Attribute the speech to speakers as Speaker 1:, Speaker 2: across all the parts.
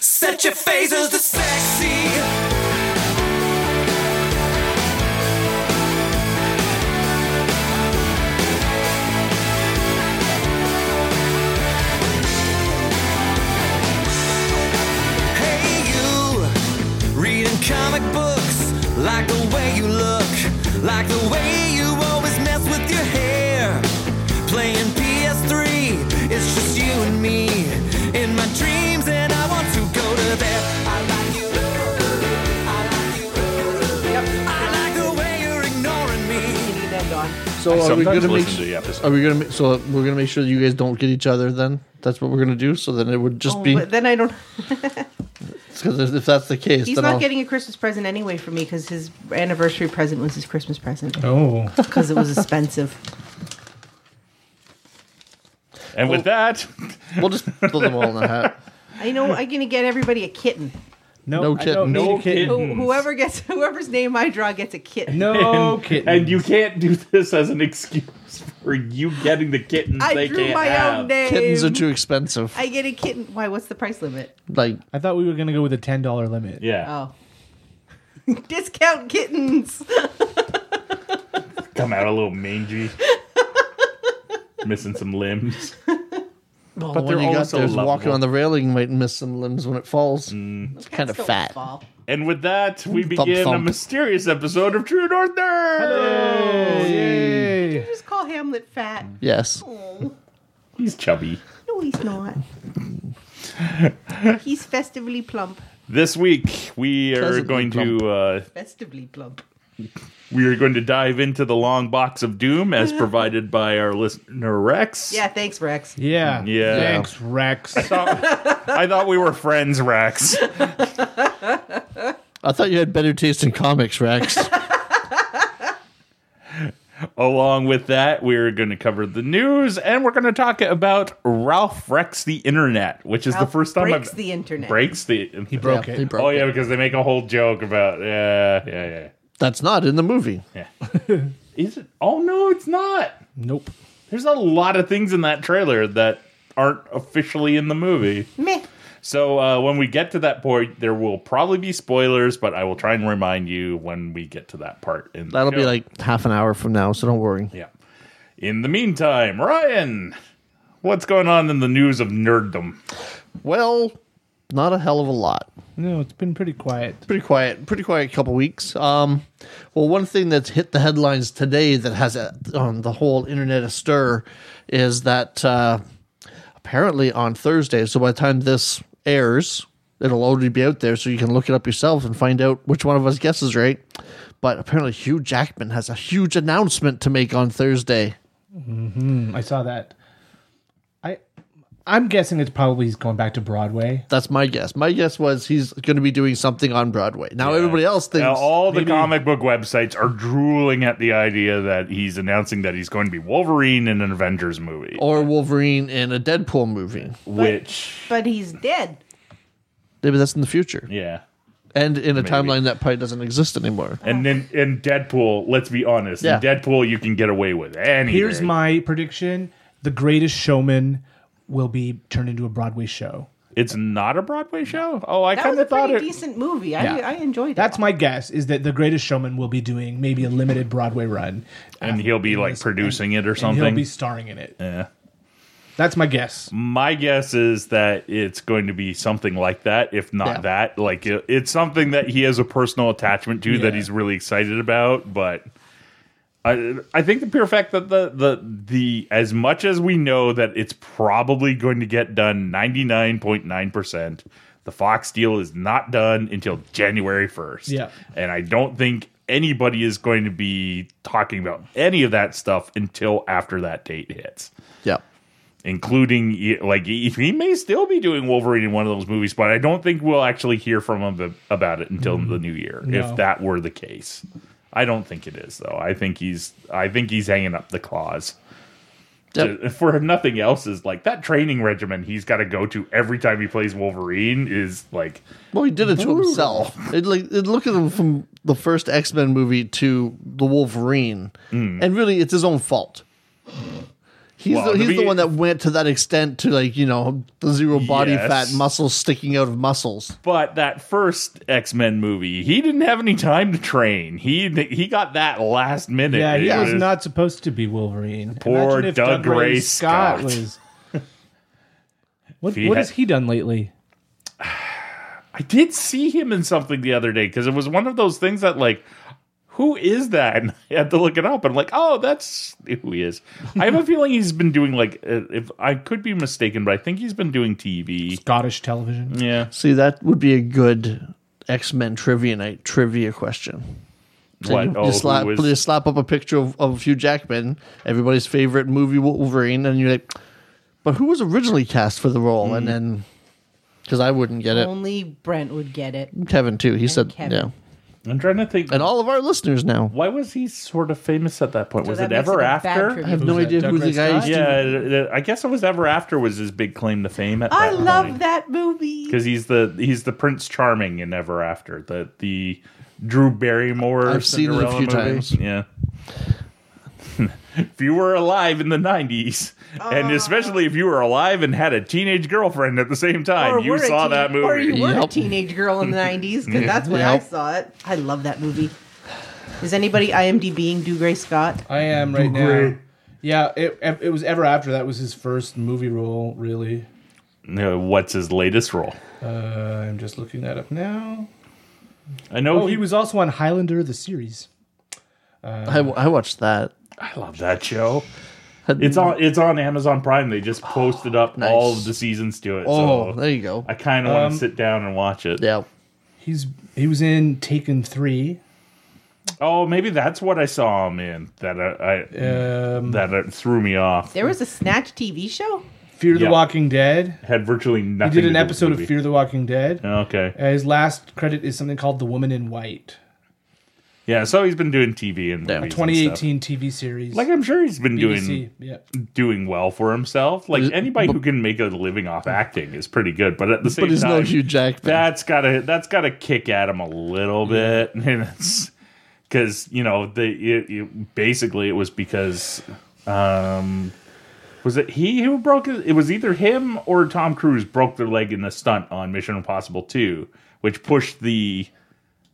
Speaker 1: Set your phasers to sexy. Hey, you reading comic books. Like the way you look. Like the way you always mess with your hair. Playing PS3. It's just you and me in my dreams, and I want to go to there. I like you. I like you. I like the way you're ignoring me.
Speaker 2: So are we
Speaker 3: Sometimes
Speaker 2: gonna make?
Speaker 3: listen to the episode.
Speaker 2: Are we gonna make? So we're gonna make sure that you guys don't get each other. Then that's what we're gonna do. So then it would just
Speaker 4: Oh,
Speaker 2: be
Speaker 4: but then I don't.
Speaker 2: because if that's the case,
Speaker 4: He's
Speaker 2: then
Speaker 4: not
Speaker 2: I'll,
Speaker 4: getting a Christmas present anyway for me because his anniversary present was his Christmas present
Speaker 5: Oh,
Speaker 4: because it was expensive.
Speaker 3: and with that,
Speaker 2: we'll just put them all in a hat.
Speaker 4: I know I'm gonna get everybody a kitten.
Speaker 5: no,
Speaker 2: No
Speaker 5: I
Speaker 2: kitten.
Speaker 5: don't need
Speaker 3: No
Speaker 5: a kitten.
Speaker 3: kitten.
Speaker 4: Who, whoever gets whoever's name I draw gets a kitten.
Speaker 5: No kitten.
Speaker 3: and you can't do this as an excuse for you getting the kittens
Speaker 4: I
Speaker 3: they
Speaker 4: drew
Speaker 3: can't
Speaker 4: my
Speaker 3: have.
Speaker 4: own name.
Speaker 2: Kittens are too expensive.
Speaker 4: Um, I get a kitten. Why? What's the price limit?
Speaker 2: Like
Speaker 5: I thought we were gonna go with a ten dollar limit.
Speaker 3: Yeah,
Speaker 4: Oh, discount kittens. Oh.
Speaker 3: come out a little mangy, missing some limbs.
Speaker 2: But
Speaker 3: they're
Speaker 2: when you got
Speaker 3: also
Speaker 2: there's walking
Speaker 3: lovable. Mm.
Speaker 2: on the railing, you might miss some limbs when it falls. It's kind of
Speaker 4: Don't
Speaker 2: fat.
Speaker 4: fall.
Speaker 3: And with that, we
Speaker 2: Thump,
Speaker 3: begin a
Speaker 2: thump.
Speaker 3: mysterious episode of True North Nerd.
Speaker 5: Yay!
Speaker 4: Just call Hamlet fat.
Speaker 2: Yes.
Speaker 4: Oh,
Speaker 3: He's chubby.
Speaker 4: no, he's not. he's festively plump.
Speaker 3: This week we are
Speaker 2: Pleasantly
Speaker 3: going to uh,
Speaker 4: Festively plump.
Speaker 3: we are going to dive into the long box of doom as provided by our listener Rex.
Speaker 4: Yeah, thanks, Rex.
Speaker 5: Yeah.
Speaker 3: Yeah.
Speaker 5: Thanks, Rex.
Speaker 3: Thought- I thought we were friends, Rex.
Speaker 2: I thought you had better taste in comics, Rex.
Speaker 3: Along with that, we're going to cover the news and we're going to talk about Ralph Rex the Internet, which is the
Speaker 4: Ralph
Speaker 3: first time
Speaker 4: breaks
Speaker 3: I've
Speaker 4: the internet.
Speaker 3: breaks the he
Speaker 5: broke
Speaker 2: Yeah,
Speaker 5: it.
Speaker 2: he
Speaker 3: Oh
Speaker 2: broke it.
Speaker 3: yeah, because they make a whole joke about yeah, yeah,
Speaker 2: That's not in the movie.
Speaker 3: yeah. Is it? Oh no, it's not.
Speaker 5: Nope.
Speaker 3: There's a lot of things in that trailer that aren't officially in the movie.
Speaker 4: Meh.
Speaker 3: So uh, when we get to that point, there will probably be spoilers, but I will try and remind you when we get to that part. In the
Speaker 2: That'll be
Speaker 3: show.
Speaker 2: like half an hour from now, so don't worry.
Speaker 3: yeah. In the meantime, Ryan, what's going on in the news of nerddom?
Speaker 2: Well, not a hell of a lot.
Speaker 5: No, it's been pretty quiet.
Speaker 2: pretty quiet, pretty quiet couple weeks. Um, well, one thing that's hit the headlines today that has uh, on the whole internet astir is that uh, apparently on Thursday, so by the time this airs, it'll already be out there, so you can look it up yourself and find out which one of us guesses right. But apparently, Hugh Jackman has a huge announcement to make on Thursday.
Speaker 5: I saw that. I, I'm guessing it's probably he's going back to Broadway.
Speaker 2: That's my guess. My guess was he's going to be doing something on Broadway. Now everybody else thinks
Speaker 3: Now, all the
Speaker 5: Maybe-
Speaker 3: comic book websites are drooling at the idea that he's announcing that he's going to be Wolverine in an Avengers movie,
Speaker 4: Oh,
Speaker 2: or Wolverine in a Deadpool movie.
Speaker 3: which
Speaker 4: But he's dead.
Speaker 2: Maybe that's in the future.
Speaker 3: yeah.
Speaker 2: and in a timeline that probably doesn't exist anymore.
Speaker 3: And then in Deadpool, let's be honest,
Speaker 2: Yeah.
Speaker 3: in Deadpool you can get away with anything.
Speaker 5: Here's my prediction: The Greatest Showman will be turned into a Broadway show.
Speaker 3: It's not a Broadway show. Oh, I
Speaker 4: That
Speaker 3: kind
Speaker 4: was a
Speaker 3: of thought
Speaker 4: pretty
Speaker 3: it.
Speaker 4: decent movie. I,
Speaker 5: Yeah.
Speaker 4: I enjoyed
Speaker 5: That's
Speaker 4: it.
Speaker 5: my guess: is that The Greatest Showman will be doing maybe a limited Broadway run,
Speaker 3: and he'll be like producing it or
Speaker 5: and he'll
Speaker 3: something.
Speaker 5: be starring in it.
Speaker 3: Yeah.
Speaker 5: That's my guess.
Speaker 3: My guess is that it's going to be something like that, if not
Speaker 2: Yeah.
Speaker 3: that. Like it, it's something that he has a personal attachment to that
Speaker 5: Yeah.
Speaker 3: he's really excited about. But I, I think the pure fact that the the the as much as we know that it's probably going to get done ninety nine point nine percent, the Fox deal is not done until January first.
Speaker 5: Yeah.
Speaker 3: and I don't think. Anybody is going to be talking about any of that stuff until after that date hits
Speaker 2: Yeah.
Speaker 3: including like he he may still be doing Wolverine in one of those movies, but I don't think we'll actually hear from him ab- about it until the new year. If
Speaker 5: Mm-hmm. No.
Speaker 3: that were the case, I don't think it is though. I think he's I think he's hanging up the claws.
Speaker 2: Yep.
Speaker 3: To- for nothing else is like that training regimen he's got to go to every time he plays Wolverine is like
Speaker 2: Well, he did it to himself. It, like it, look at him from the first X Men movie to the Wolverine, and really, it's his own fault. He's,
Speaker 3: Hmm. Well,
Speaker 2: the,
Speaker 3: to
Speaker 2: he's the
Speaker 3: be-
Speaker 2: one that went to that extent to like you know the zero body
Speaker 3: Yes.
Speaker 2: fat muscles sticking out of muscles.
Speaker 3: But that first X Men movie, he didn't have any time to train. He he got that last minute.
Speaker 5: Yeah, he
Speaker 3: It
Speaker 5: was not supposed to be Wolverine.
Speaker 3: Poor
Speaker 5: Imagine if
Speaker 3: Doug
Speaker 5: Ray
Speaker 3: Ray Scott.
Speaker 5: was. What,
Speaker 3: he
Speaker 5: what
Speaker 3: had-
Speaker 5: has he done lately?
Speaker 3: I did see him in something the other day because it was one of those things that like, who is that? And I had to look it up. And I'm like, oh, that's who he is. I have a feeling he's been doing like, uh, if I could be mistaken, but I think he's been doing TV.
Speaker 5: Scottish television.
Speaker 3: Yeah,
Speaker 2: See, that would be a good X Men trivia night trivia question. So
Speaker 3: What?
Speaker 2: You
Speaker 3: Oh,
Speaker 2: just, slap,
Speaker 3: who is-
Speaker 2: just slap up a picture of, of Hugh Jackman, everybody's favorite movie Wolverine, and you're like, but who was originally cast for the role? And
Speaker 3: Hmm.
Speaker 2: then, because I wouldn't get it.
Speaker 4: Only Brent would get it.
Speaker 2: Kevin too. He said,
Speaker 4: Um, Kevin.
Speaker 2: yeah.
Speaker 3: I'm trying to think.
Speaker 2: And all of our listeners now.
Speaker 3: Why was he sort of famous at that point?
Speaker 4: So
Speaker 3: was
Speaker 4: that
Speaker 3: it
Speaker 4: makes
Speaker 3: ever
Speaker 4: it a bad
Speaker 3: after?
Speaker 4: trivia
Speaker 2: I have
Speaker 5: Who's
Speaker 2: no
Speaker 5: that,
Speaker 2: idea
Speaker 5: Doug
Speaker 2: who the
Speaker 5: Ray
Speaker 2: guy
Speaker 5: Scott?
Speaker 2: is.
Speaker 3: Yeah, it- it- I guess it was ever after was his big claim to fame. At
Speaker 4: I
Speaker 3: that
Speaker 4: love
Speaker 3: point.
Speaker 4: that movie.
Speaker 3: because he's the he's the Prince Charming in Ever After the the Drew Barrymore.
Speaker 2: I've seen it a
Speaker 3: Cinderella
Speaker 2: few
Speaker 3: movie.
Speaker 2: times.
Speaker 3: Yeah. if you were alive in the '90s,
Speaker 4: Ah.
Speaker 3: and especially if you were alive and had a teenage girlfriend at the same time,
Speaker 4: Or
Speaker 3: you
Speaker 4: were a
Speaker 3: saw
Speaker 4: teen-
Speaker 3: that movie.
Speaker 4: Or you were a
Speaker 2: Yep.
Speaker 4: teenage girl in the 90s, because that's when I
Speaker 2: Yep.
Speaker 4: saw it. I love that movie. Is anybody IMDBing Do Gray Scott?
Speaker 5: I am right now. Yeah, it it was ever after that was his first movie role, really.
Speaker 3: Uh, What's his latest role?
Speaker 5: Uh, I'm just looking that up now.
Speaker 3: I know
Speaker 5: Oh, he was also on Highlander the series.
Speaker 2: I, I watched that.
Speaker 3: I love that show. It's on it's on Amazon Prime. They just posted up
Speaker 2: Nice.
Speaker 3: all of the seasons to it.
Speaker 2: Oh,
Speaker 3: so
Speaker 2: there you go.
Speaker 3: I kind of want to sit down and watch it.
Speaker 2: Yeah.
Speaker 5: He's he was in Taken 3.
Speaker 3: Oh, maybe that's what I saw him in that I, I
Speaker 5: Um,
Speaker 3: that uh, threw me off.
Speaker 4: There was a Snatch TV show?
Speaker 5: Fear
Speaker 3: Yeah.
Speaker 5: the Walking Dead.
Speaker 3: Had virtually
Speaker 5: He
Speaker 3: nothing.
Speaker 5: did
Speaker 3: to
Speaker 5: an
Speaker 3: do with the
Speaker 5: episode of
Speaker 3: movie.
Speaker 5: Fear the Walking Dead.
Speaker 3: Okay,
Speaker 5: Uh, his last credit is something called The Woman in White,
Speaker 3: yeah. So he's been doing TV and
Speaker 2: Yeah.
Speaker 3: movies and stuff.
Speaker 5: 2018 TV series.
Speaker 3: Like I'm sure he's been
Speaker 5: BBC. Yeah.
Speaker 3: doing doing well for himself. Like anybody who can make a living off acting is pretty good. But at the same
Speaker 2: But he's
Speaker 3: time,
Speaker 2: no Hugh Jackman.
Speaker 3: that's gotta that's gotta kick at him a little bit, and it's because you know the it, it, basically it was because um was it he who broke his, it was either him or Tom Cruise broke their leg in a stunt on Mission Impossible Two, which pushed the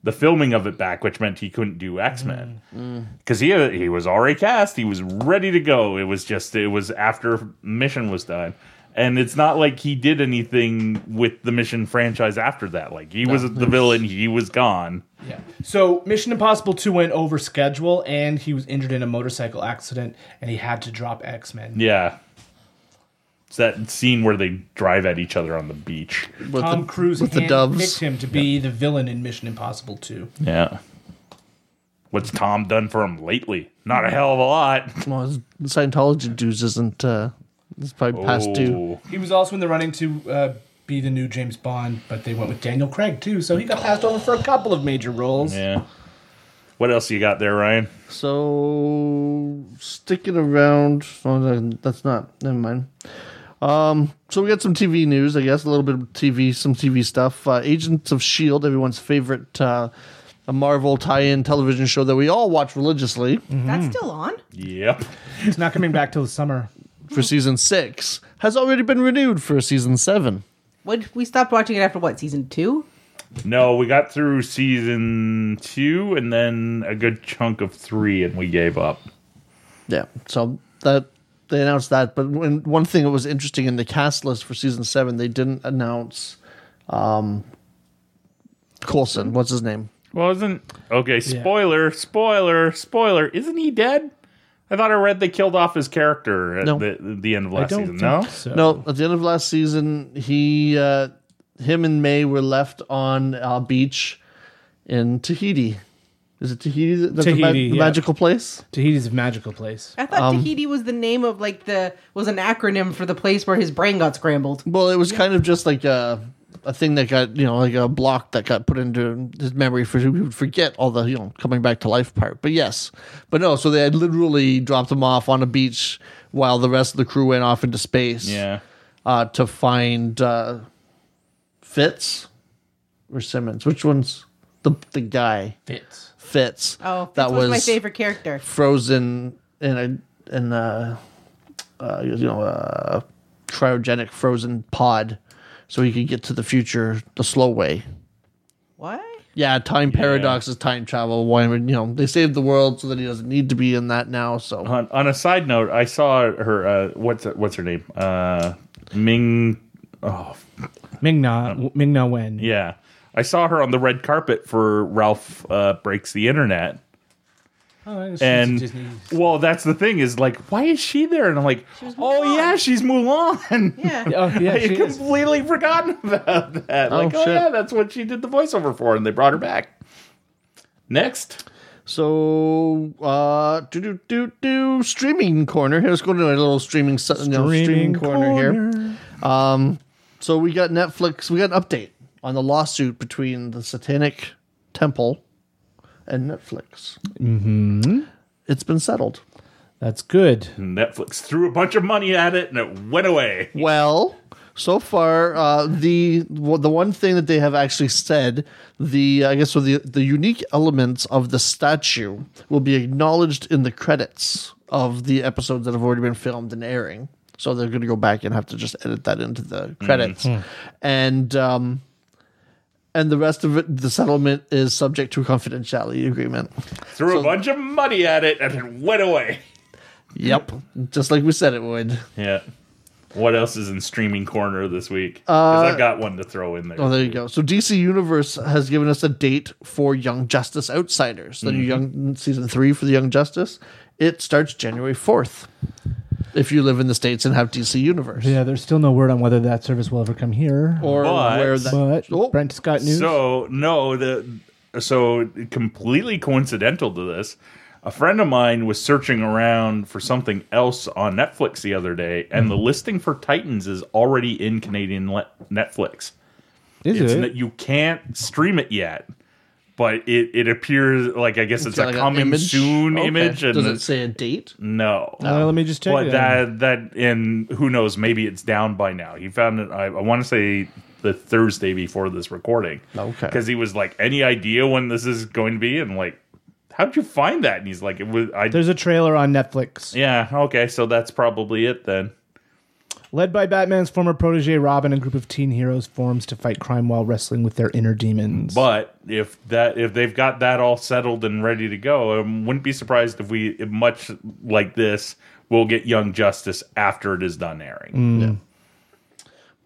Speaker 3: the filming of it back, which meant he couldn't do X Men because he he was already cast, he was ready to go. It was just it was after Mission was done, and it's not like he did anything with the Mission franchise after that. Like he was the villain, he was gone.
Speaker 5: Yeah. So Mission Impossible 2 went over schedule and he was injured in a motorcycle accident and he had to drop X-Men.
Speaker 3: Yeah, it's that scene where they drive at each other on the beach.
Speaker 2: With
Speaker 5: Tom
Speaker 2: the-
Speaker 5: Cruise
Speaker 2: with the
Speaker 5: picked
Speaker 2: doves.
Speaker 5: him to be the villain in Mission Impossible 2.
Speaker 3: Yeah, what's Tom done for him lately? Not a hell of a lot.
Speaker 2: Well, his Scientology dues isn't. Uh, it's probably past due.
Speaker 3: Oh.
Speaker 5: He was also in the running to uh, be the new James Bond, but they went with Daniel Craig too, so he got passed over for a couple of major roles.
Speaker 3: Yeah. What else you got there, Ryan?
Speaker 2: So sticking around. Oh, that- that's not. Never mind. Um, so we got some TV news, I guess. A little bit of TV, some TV stuff. Uh, Agents of Shield, everyone's favorite uh, Marvel tie-in television show that we all watch religiously
Speaker 3: Mm-hmm.
Speaker 4: That's still on?
Speaker 3: Yep.
Speaker 5: He's not coming back till the summer.
Speaker 2: for season six, has already been renewed for season seven.
Speaker 4: What, we stopped watching it after what, season two?
Speaker 3: No, we got through season two and then a good chunk of three, and we gave up.
Speaker 2: Yeah. So that they announced that, but when, one thing that was interesting in the cast list for season seven, they didn't announce um, Coulson. What's his name?
Speaker 3: Well, isn't okay? Spoiler, spoiler, spoiler. Isn't he dead? I thought I read they killed off his character at
Speaker 2: No.
Speaker 3: the, the end of last season.
Speaker 5: think
Speaker 3: No,
Speaker 5: so.
Speaker 2: No, at the end of last season, he, uh, him and May were left on a beach in Tahiti. Is it Tahiti? that- That's the, ma-
Speaker 5: Tahiti,
Speaker 2: the
Speaker 5: yeah.
Speaker 2: magical place.
Speaker 5: Tahiti's a magical place.
Speaker 4: I
Speaker 2: Um,
Speaker 4: thought Tahiti was the name of like the, was an acronym for the place where his brain got scrambled.
Speaker 2: Well, it was kind of just like a a thing that got you know like a block that got put into his memory for he would forget all the you know coming back to life part. But yes, but no. So they had literally dropped him off on a beach while the rest of the crew went off into space.
Speaker 3: yeah,
Speaker 2: uh, to find uh, Fitz or Simmons. Which one's the the guy?
Speaker 5: Fits.
Speaker 2: Fitz.
Speaker 4: Oh,
Speaker 2: that
Speaker 4: that was my favorite character.
Speaker 2: Frozen in a in uh uh, you know, uh, cryogenic frozen pod, so he could get to the future the slow way.
Speaker 4: What?
Speaker 2: Yeah, time paradox is time travel. Why, you know, they saved the world so that he doesn't need to be in that now. So
Speaker 3: On, on a side note, I saw her. Uh, what's what's her name? Uh, Ming. Oh
Speaker 5: Ming Na Ming Na Wen.
Speaker 3: yeah, I saw her on the red carpet for Ralph uh, breaks the internet.
Speaker 5: Oh, she's
Speaker 3: And
Speaker 5: Disney.
Speaker 3: well, that's the thing is like, why is she there? And I'm like,
Speaker 4: was
Speaker 3: oh
Speaker 4: Mulan."
Speaker 3: yeah, she's Mulan.
Speaker 4: Yeah.
Speaker 5: Oh yeah,
Speaker 3: I
Speaker 5: she
Speaker 3: had
Speaker 5: is.
Speaker 3: completely forgotten about that. like, oh
Speaker 2: shit.
Speaker 3: yeah, that's what she did the voiceover for, and they brought her back. Next,
Speaker 2: So, uh, do do do do streaming corner. Here, let's go to a little streaming se- you know, streaming,
Speaker 5: Streaming
Speaker 2: corner, here. Um, so we got Netflix. We got an update on the lawsuit between the Satanic Temple and Netflix. Mm-hmm. It's been settled.
Speaker 5: That's good.
Speaker 3: Hmm. Netflix threw a bunch of money at it, and it went away.
Speaker 2: Well, so far, uh, the well, the one thing that they have actually said, the I guess so the the unique elements of the statue will be acknowledged in the credits of the episodes that have already been filmed and airing. So they're going to go back and have to just edit that into the credits, and um, and the rest of it, the settlement is subject to a confidentiality agreement.
Speaker 3: Threw a bunch of money at it, and it went away.
Speaker 2: Yep, just like we said it would.
Speaker 3: Yeah. What else is in streaming corner this week? Because I've got one to throw in there.
Speaker 2: Oh, there you go. So DC Universe has given us a date for Young Justice Outsiders, the new
Speaker 5: Mm-hmm.
Speaker 2: Young season three for the Young Justice. It starts January fourth. If you live in the states and have DC Universe,
Speaker 5: Yeah, there's still no word on whether that service will ever come here.
Speaker 2: or
Speaker 3: But-
Speaker 2: where that
Speaker 5: but
Speaker 2: Oh,
Speaker 5: Brent's got news.
Speaker 3: So no, the so completely coincidental to this, a friend of mine was searching around for something else on Netflix the other day, and the
Speaker 5: Mm-hmm.
Speaker 3: listing for Titans is already in Canadian le- Netflix.
Speaker 5: is
Speaker 3: It's
Speaker 5: it?
Speaker 3: that you can't stream it yet. But it, it appears like I guess it's,
Speaker 2: got
Speaker 3: a
Speaker 2: like an
Speaker 3: coming
Speaker 2: image?
Speaker 3: soon
Speaker 2: Okay.
Speaker 3: image and
Speaker 2: Does it say a date?
Speaker 3: no.
Speaker 5: Uh, let me just check.
Speaker 3: But
Speaker 5: it.
Speaker 3: that that and who knows? Maybe it's down by now. He found it. I, I want to say the Thursday before this recording.
Speaker 2: Okay.
Speaker 3: Because he was like, "Any idea when this is going to be?" And like, "How'd you find that?" And he's like, "It was I."
Speaker 5: There's a trailer on Netflix,
Speaker 3: yeah. Okay. So that's probably it then.
Speaker 5: led by Batman's former protege Robin. A group of teen heroes forms to fight crime while wrestling with their inner demons.
Speaker 3: But if that if they've got that all settled and ready to go, I wouldn't be surprised if we if much like this will get Young Justice after it is done airing.
Speaker 2: Mm.
Speaker 5: Mm.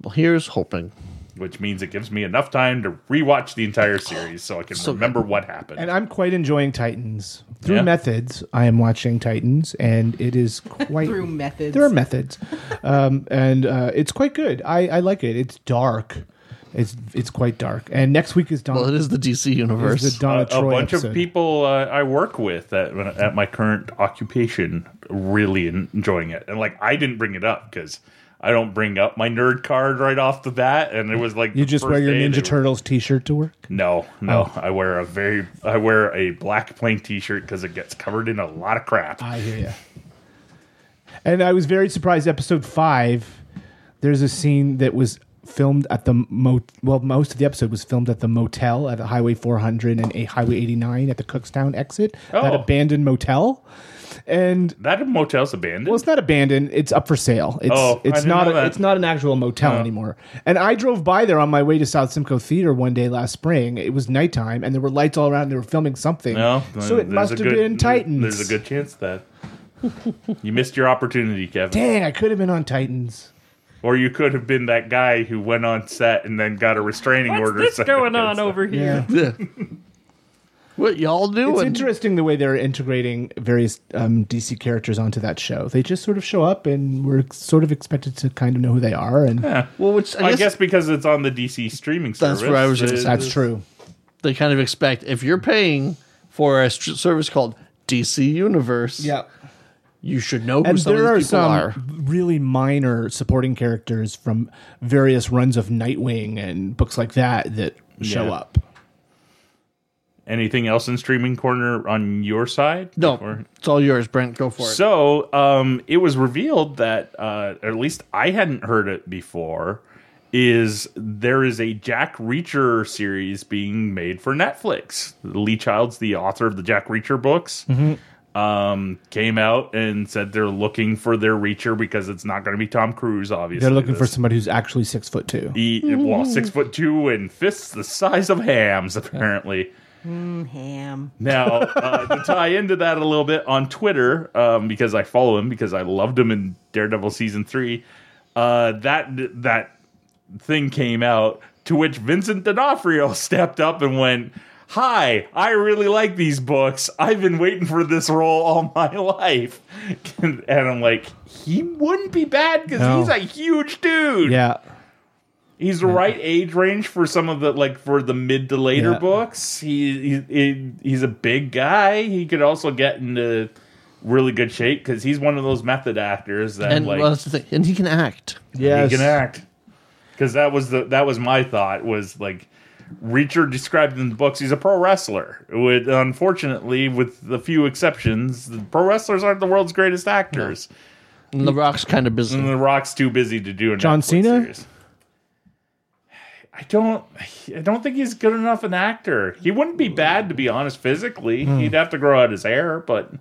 Speaker 2: Well, here's hoping.
Speaker 3: which means it gives me enough time to rewatch the entire series so I can remember what happened.
Speaker 5: and I'm quite enjoying Titans through
Speaker 3: Yeah.
Speaker 5: methods. I am watching Titans, and it is quite
Speaker 4: Through methods.
Speaker 5: There are methods, um, and uh, it's quite good. I, I like it. It's dark. It's it's quite dark. And next week is Don.
Speaker 2: Well, it is the DC Universe.
Speaker 5: is the Donna
Speaker 3: a, a
Speaker 5: Troy
Speaker 3: bunch
Speaker 5: episode.
Speaker 3: of people uh, I work with at, at my current occupation really en- enjoying it, and like I didn't bring it up because I don't bring up my nerd card right off the bat, and it was like
Speaker 5: You
Speaker 3: the
Speaker 5: just
Speaker 3: first
Speaker 5: wear your
Speaker 3: day they
Speaker 5: Ninja Oh.
Speaker 3: were-
Speaker 5: Turtles T-shirt to work.
Speaker 3: No, no, I wear a very I wear a black plain T-shirt because it gets covered in a lot of crap.
Speaker 5: I hear you. And I was very surprised. Episode five, there's a scene that was filmed at the mo. Well, most of the episode was filmed at the motel at Highway 400 and a Highway 89 at the Cookstown exit. That
Speaker 3: Oh.
Speaker 5: abandoned motel, and
Speaker 3: that motel's abandoned.
Speaker 5: Well, it's not abandoned. It's up for sale. It's
Speaker 3: Oh, I
Speaker 5: it's
Speaker 3: didn't
Speaker 5: not
Speaker 3: know
Speaker 5: a,
Speaker 3: that. Oh.
Speaker 5: it's not an actual motel anymore. And I drove by there on my way to South Simcoe Theater one day last spring. It was nighttime, and there were lights all around. and They were filming something.
Speaker 3: No, uh,
Speaker 5: so it
Speaker 3: there's
Speaker 5: must
Speaker 3: a
Speaker 5: have
Speaker 3: good-
Speaker 5: been Titans.
Speaker 3: There's a good chance that you missed your opportunity, Kevin.
Speaker 5: dang. I could have been on Titans.
Speaker 3: Or you could have been that guy who went on set and then got a restraining order. set against them.
Speaker 5: Yeah,
Speaker 2: what y'all doing?
Speaker 5: it's interesting the way they're integrating various um, DC characters onto that show. They just sort of show up, and we're sort of expected to kind of know who they are. And
Speaker 2: Well, which
Speaker 3: I guess because it's on the DC streaming
Speaker 2: That's
Speaker 3: service.
Speaker 2: where I was gonna
Speaker 3: it-
Speaker 2: say.
Speaker 5: that's true.
Speaker 2: they kind of expect if you're paying for a st- service called DC Universe, you should know who
Speaker 5: and
Speaker 2: some of
Speaker 5: there are
Speaker 2: these people
Speaker 5: some
Speaker 2: are.
Speaker 5: really minor supporting characters from various runs of Nightwing and books like that that show
Speaker 3: Yeah.
Speaker 5: up.
Speaker 3: Anything else in streaming corner on your side?
Speaker 2: No,
Speaker 3: Or-
Speaker 2: it's all yours, Brent. Go for it.
Speaker 3: So, um, it was revealed that, uh, or at least I hadn't heard it before, is there is a Jack Reacher series being made for Netflix. Lee Child's the author of the Jack Reacher books.
Speaker 5: Mm-hmm.
Speaker 3: um, came out and said they're looking for their reacher because it's not going to be Tom Cruise. Obviously,
Speaker 5: They're looking for
Speaker 3: This-
Speaker 5: somebody who's actually six foot two.
Speaker 3: He, well, six foot two and fists the size of hams, apparently.
Speaker 4: Ham.
Speaker 3: Now, uh, to tie into that a little bit on Twitter, um, because I follow him because I loved him in Daredevil season three, uh, that that thing came out to which Vincent D'Onofrio stepped up and went, "Hi, I really like these books. I've been waiting for this role all my life," and I'm like, he wouldn't be bad because
Speaker 5: No.
Speaker 3: he's a huge dude.
Speaker 5: Yeah.
Speaker 3: He's the right age range for some of the like for the mid to later
Speaker 5: Yeah.
Speaker 3: books. He, he, he he's a big guy. He could also get into really good shape because he's one of those method actors that
Speaker 2: And
Speaker 3: like
Speaker 2: well, that's the thing. And he can act.
Speaker 5: Yes.
Speaker 3: he can act. Because that was the that was my thought was like Reacher described in the books he's a pro wrestler. With unfortunately, with the few exceptions, the pro wrestlers aren't the world's greatest actors.
Speaker 2: And the Rock's kind of busy.
Speaker 3: And The Rock's too busy to do a
Speaker 5: John
Speaker 3: Netflix
Speaker 5: Cena?
Speaker 3: series. I don't. I don't think he's good enough an actor. He wouldn't be bad, to be honest. Physically,
Speaker 5: Hmm.
Speaker 3: he'd have to grow out his hair, but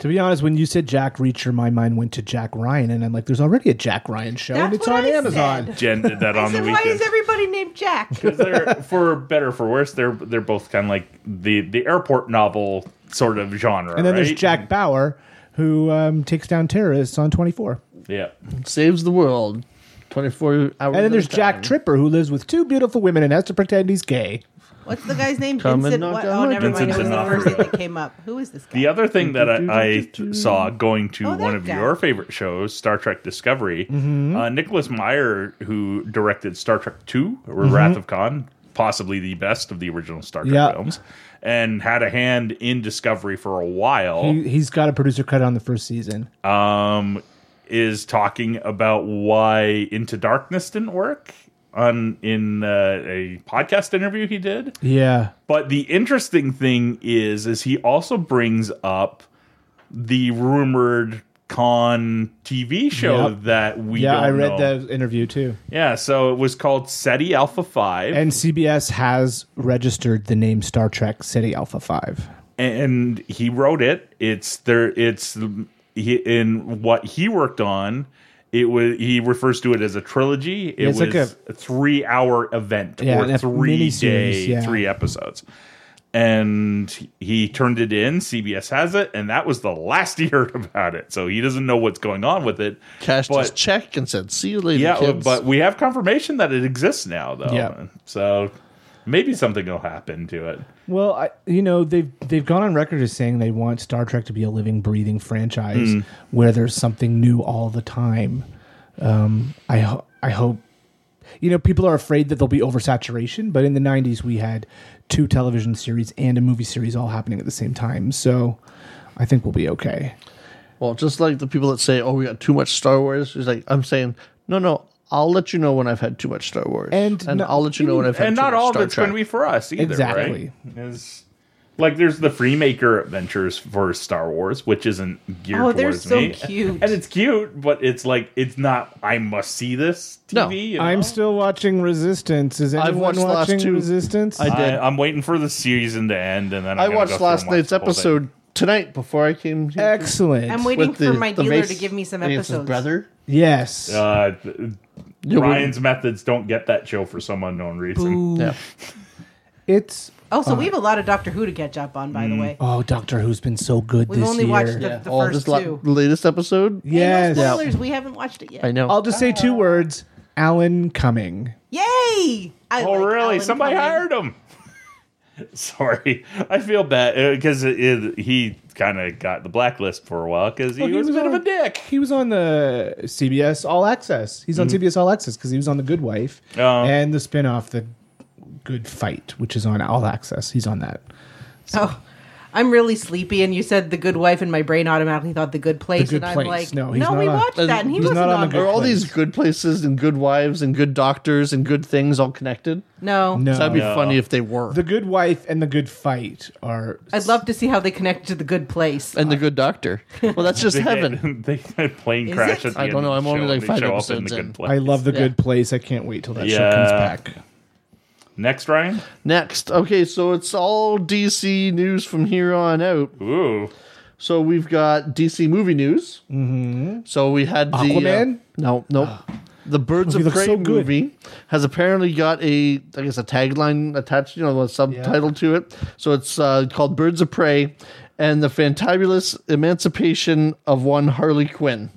Speaker 5: To be honest, when you said Jack Reacher, my mind went to Jack Ryan, and I'm like, there's already a Jack Ryan show, and
Speaker 4: That's
Speaker 5: it's
Speaker 4: what I
Speaker 5: on Amazon.
Speaker 4: said.
Speaker 3: Jen did that on
Speaker 4: I
Speaker 3: the
Speaker 4: said, why
Speaker 3: weekend.
Speaker 4: is everybody named Jack?
Speaker 3: 'Cause they're, for better or for worse, they're they're both kind of like the the airport novel sort of genre.
Speaker 5: And then
Speaker 3: right?
Speaker 5: there's Jack Bauer, who um, takes down terrorists on 24.
Speaker 3: Yeah,
Speaker 2: Saves the world. 24 hours.
Speaker 5: And then there's
Speaker 2: at a time.
Speaker 5: Jack Tripper, who lives with two beautiful women and has to pretend he's gay.
Speaker 4: What's the guy's name?
Speaker 2: Come and
Speaker 4: Vincent.
Speaker 2: knock
Speaker 4: What?
Speaker 2: on
Speaker 4: Oh,
Speaker 2: my
Speaker 4: never mind. It
Speaker 3: door.
Speaker 4: was the first thing that came up. Who is this guy?
Speaker 3: The other thing that I, I saw going to
Speaker 4: Oh,
Speaker 3: one
Speaker 4: that
Speaker 3: of
Speaker 4: guy. Mm-hmm.
Speaker 3: your favorite shows, Star Trek Discovery, uh, Nicholas Meyer, who directed Star Trek Two or
Speaker 4: Mm-hmm.
Speaker 3: Wrath of Khan, possibly the best of the original Star Trek
Speaker 5: Yeah.
Speaker 3: films, and had a hand in Discovery for a while.
Speaker 5: He, he's got a producer cut on the first season.
Speaker 3: um, is talking about why Into Darkness didn't work on in uh, a podcast interview he did.
Speaker 5: Yeah.
Speaker 3: But the interesting thing is, is he also brings up the rumored con TV show
Speaker 5: Yep.
Speaker 3: that we
Speaker 5: Yeah,
Speaker 3: don't
Speaker 5: I read
Speaker 3: know.
Speaker 5: the interview too.
Speaker 3: Yeah, so it was called SETI Alpha Five, and,
Speaker 5: And CBS has registered the name Star Trek City Alpha 5.
Speaker 3: he wrote it. It's there. It's he, in what he worked on. It was he refers to it as a trilogy. It
Speaker 5: It's
Speaker 3: was
Speaker 5: like
Speaker 3: a, three hour event
Speaker 5: Yeah,
Speaker 3: or
Speaker 5: an ep-
Speaker 3: three day,
Speaker 5: miniseries, yeah.
Speaker 3: three episodes. and he turned it in. CBS has it, and that was the last he heard about it. So he doesn't know what's going on with it.
Speaker 2: Cashed his
Speaker 3: but
Speaker 2: check and said, see you later,
Speaker 3: yeah,
Speaker 2: kids.
Speaker 3: but we have confirmation that it exists now, though.
Speaker 5: Yeah.
Speaker 3: So maybe something will happen to it.
Speaker 5: Well, I, you know they've they've gone on record as saying they want Star Trek to be a living, breathing franchise where there's something new all the time. Um, I ho- I hope you know people are afraid that there'll be oversaturation, but in the '90s we had two television series and a movie series all happening at the same time, so I think we'll be okay.
Speaker 2: Well, just like the people that say, "Oh, we got too much Star Wars," it's like I'm saying, "No, no, I'll let you know when I've had too much Star Wars,
Speaker 5: And no-
Speaker 2: I'll let you know when I've had
Speaker 3: and
Speaker 2: too
Speaker 3: not
Speaker 2: much
Speaker 3: all of
Speaker 2: Star
Speaker 3: it's
Speaker 2: Trek."
Speaker 3: going to be for us either,
Speaker 5: Exactly.
Speaker 3: right? It's- like there's the Freemaker adventures for Star Wars, which isn't geared
Speaker 4: Oh,
Speaker 3: towards
Speaker 4: they're so
Speaker 3: me.
Speaker 4: cute.
Speaker 3: and it's cute, but it's like it's not. I must see this TV.
Speaker 2: No,
Speaker 3: you know?
Speaker 5: I'm still watching Resistance. Is
Speaker 2: I've
Speaker 5: anyone
Speaker 2: watched the last
Speaker 5: watching
Speaker 2: two.
Speaker 5: Resistance?
Speaker 2: I-
Speaker 3: I, I'm waiting for the season to end, and then I'm
Speaker 2: I
Speaker 3: gonna go
Speaker 2: watched
Speaker 3: through
Speaker 2: last
Speaker 3: and watch
Speaker 2: night's
Speaker 3: the whole thing.
Speaker 2: episode tonight before I came here
Speaker 5: Excellent.
Speaker 4: I'm waiting for my dealer
Speaker 2: Mace-
Speaker 4: to give me some
Speaker 2: Mace's
Speaker 4: episodes.
Speaker 2: Brother,
Speaker 5: yes.
Speaker 3: Uh, th-
Speaker 2: You're
Speaker 3: Ryan's methods don't get that show for some unknown reason.
Speaker 5: Ooh.
Speaker 2: yeah.
Speaker 5: It's
Speaker 4: Also, Oh, we have a lot of Doctor Who to catch up on, by the way.
Speaker 5: Uh, oh, Doctor Who's been so good
Speaker 4: We've
Speaker 5: this
Speaker 4: only
Speaker 5: year.
Speaker 4: watched the,
Speaker 2: yeah.
Speaker 4: the
Speaker 2: oh,
Speaker 4: first
Speaker 2: this la-
Speaker 4: two.
Speaker 2: latest episode.
Speaker 4: Hey,
Speaker 5: yes.
Speaker 4: No spoilers. We haven't watched it yet.
Speaker 2: I know.
Speaker 5: I'll just say
Speaker 3: Ah.
Speaker 5: two words: Alan Cumming.
Speaker 4: Yay! I
Speaker 3: Oh,
Speaker 4: like
Speaker 3: really?
Speaker 4: Alan
Speaker 3: Somebody
Speaker 4: Cumming.
Speaker 3: hired him. Sorry, I feel bad because it, it, he kind of got the blacklist for a while because he,
Speaker 5: he
Speaker 3: was,
Speaker 5: was
Speaker 3: a bit of
Speaker 5: on-
Speaker 3: a dick. Mm.
Speaker 5: He was on the CBS All Access. He's on CBS All Access because he was on The Good Wife
Speaker 3: Oh.
Speaker 5: and the spinoff, The Good Fight, which is on All Access. He's on that.
Speaker 4: Oh, I'm really sleepy, and you said the Good Wife, and my brain automatically thought the Good Place,
Speaker 5: Good
Speaker 4: and I'm
Speaker 5: Place.
Speaker 4: like,
Speaker 5: No,
Speaker 4: no,
Speaker 5: he's not
Speaker 4: we
Speaker 5: on-
Speaker 4: watched that, and he
Speaker 5: he's
Speaker 4: wasn't
Speaker 5: not on
Speaker 4: on,
Speaker 5: the
Speaker 4: it.
Speaker 5: Good
Speaker 2: Are all
Speaker 5: place.
Speaker 2: these good places and good wives and good doctors and good things all connected?
Speaker 4: No,
Speaker 5: No,
Speaker 2: That'd be
Speaker 3: No.
Speaker 2: funny if they were.
Speaker 5: The Good Wife and The Good Fight are.
Speaker 4: I'd love to see how they connect to the Good Place.
Speaker 2: and the good doctor. Well, that's just
Speaker 3: They get-
Speaker 2: heaven.
Speaker 3: they get a plane
Speaker 4: Is
Speaker 3: crash
Speaker 4: it?
Speaker 3: at the
Speaker 2: I
Speaker 3: end
Speaker 2: don't know.
Speaker 3: of the
Speaker 2: I'm only
Speaker 3: show,
Speaker 2: like
Speaker 3: they
Speaker 2: five
Speaker 3: show up
Speaker 2: episodes
Speaker 3: the
Speaker 2: in.
Speaker 3: good place.
Speaker 5: I love The
Speaker 2: Yeah.
Speaker 5: Good Place. I can't wait till that show
Speaker 3: Yeah.
Speaker 5: comes back.
Speaker 3: Next, Ryan.
Speaker 2: Next. Okay, so it's all DC news from here on out.
Speaker 3: Ooh,
Speaker 2: So we've got DC movie news. Mm-hmm. So we had the uh,
Speaker 5: Aquaman?
Speaker 2: no, no. The Birds
Speaker 5: Movie
Speaker 2: of Prey
Speaker 5: looks so good.
Speaker 2: movie has apparently got a, I guess, a tagline attached, you know, a subtitle to it. So it's uh, called Birds of Prey and the Fantabulous Emancipation of One Harley Quinn.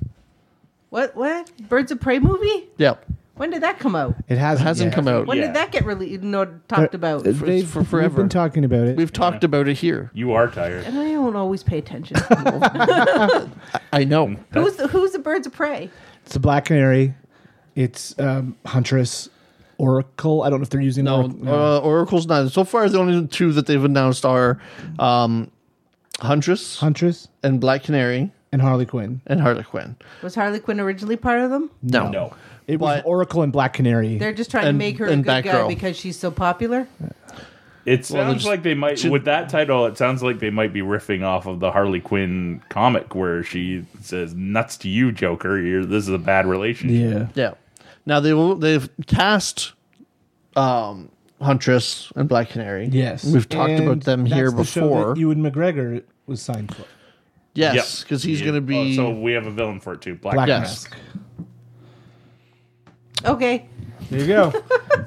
Speaker 4: What? What? Birds of Prey movie?
Speaker 2: Yep.
Speaker 4: When did that come out?
Speaker 5: It hasn't,
Speaker 2: Hasn't
Speaker 5: yet.
Speaker 2: come out.
Speaker 4: When
Speaker 3: Yeah.
Speaker 4: did that get released? No,
Speaker 2: Uh,
Speaker 4: talked about.
Speaker 5: They've,
Speaker 2: it's for forever.
Speaker 5: We've been talking about it.
Speaker 2: We've talked about it here.
Speaker 3: You are tired.
Speaker 4: And I don't always pay attention.
Speaker 2: I know.
Speaker 4: who's the, Who's the Birds of Prey?
Speaker 5: It's a black canary. It's um, huntress, oracle. I don't know if they're using
Speaker 2: No,
Speaker 5: oracle-
Speaker 2: Uh, Oracle's not. So far, the only two that they've announced are um, Huntress
Speaker 5: huntress
Speaker 2: and Black Canary
Speaker 5: and Harley Quinn.
Speaker 2: and Harlequin.
Speaker 4: Was Harley Quinn originally part of them?
Speaker 2: No.
Speaker 3: No.
Speaker 5: It was
Speaker 2: But-
Speaker 5: oracle and black canary.
Speaker 4: They're just trying
Speaker 2: And-
Speaker 4: to make her a
Speaker 2: and
Speaker 4: good guy
Speaker 2: Batgirl.
Speaker 4: because she's so popular.
Speaker 3: It sounds
Speaker 2: just-
Speaker 3: like they might with that title. It sounds like they might be riffing off of the Harley Quinn comic where she says "nuts to you, Joker." You're, this is a bad relationship.
Speaker 5: yeah.
Speaker 2: Yeah. Now, they will, they've cast um, Huntress and Black Canary.
Speaker 5: Yes,
Speaker 2: We've talked
Speaker 5: And
Speaker 2: about them here
Speaker 5: that's the show that
Speaker 2: before.
Speaker 5: Ewan McGregor was signed for
Speaker 2: yes, because he's going to be.
Speaker 3: Oh, so we have a villain for it too. Black.
Speaker 5: Black
Speaker 2: Yes.
Speaker 5: Mask.
Speaker 4: Okay.
Speaker 5: There you go.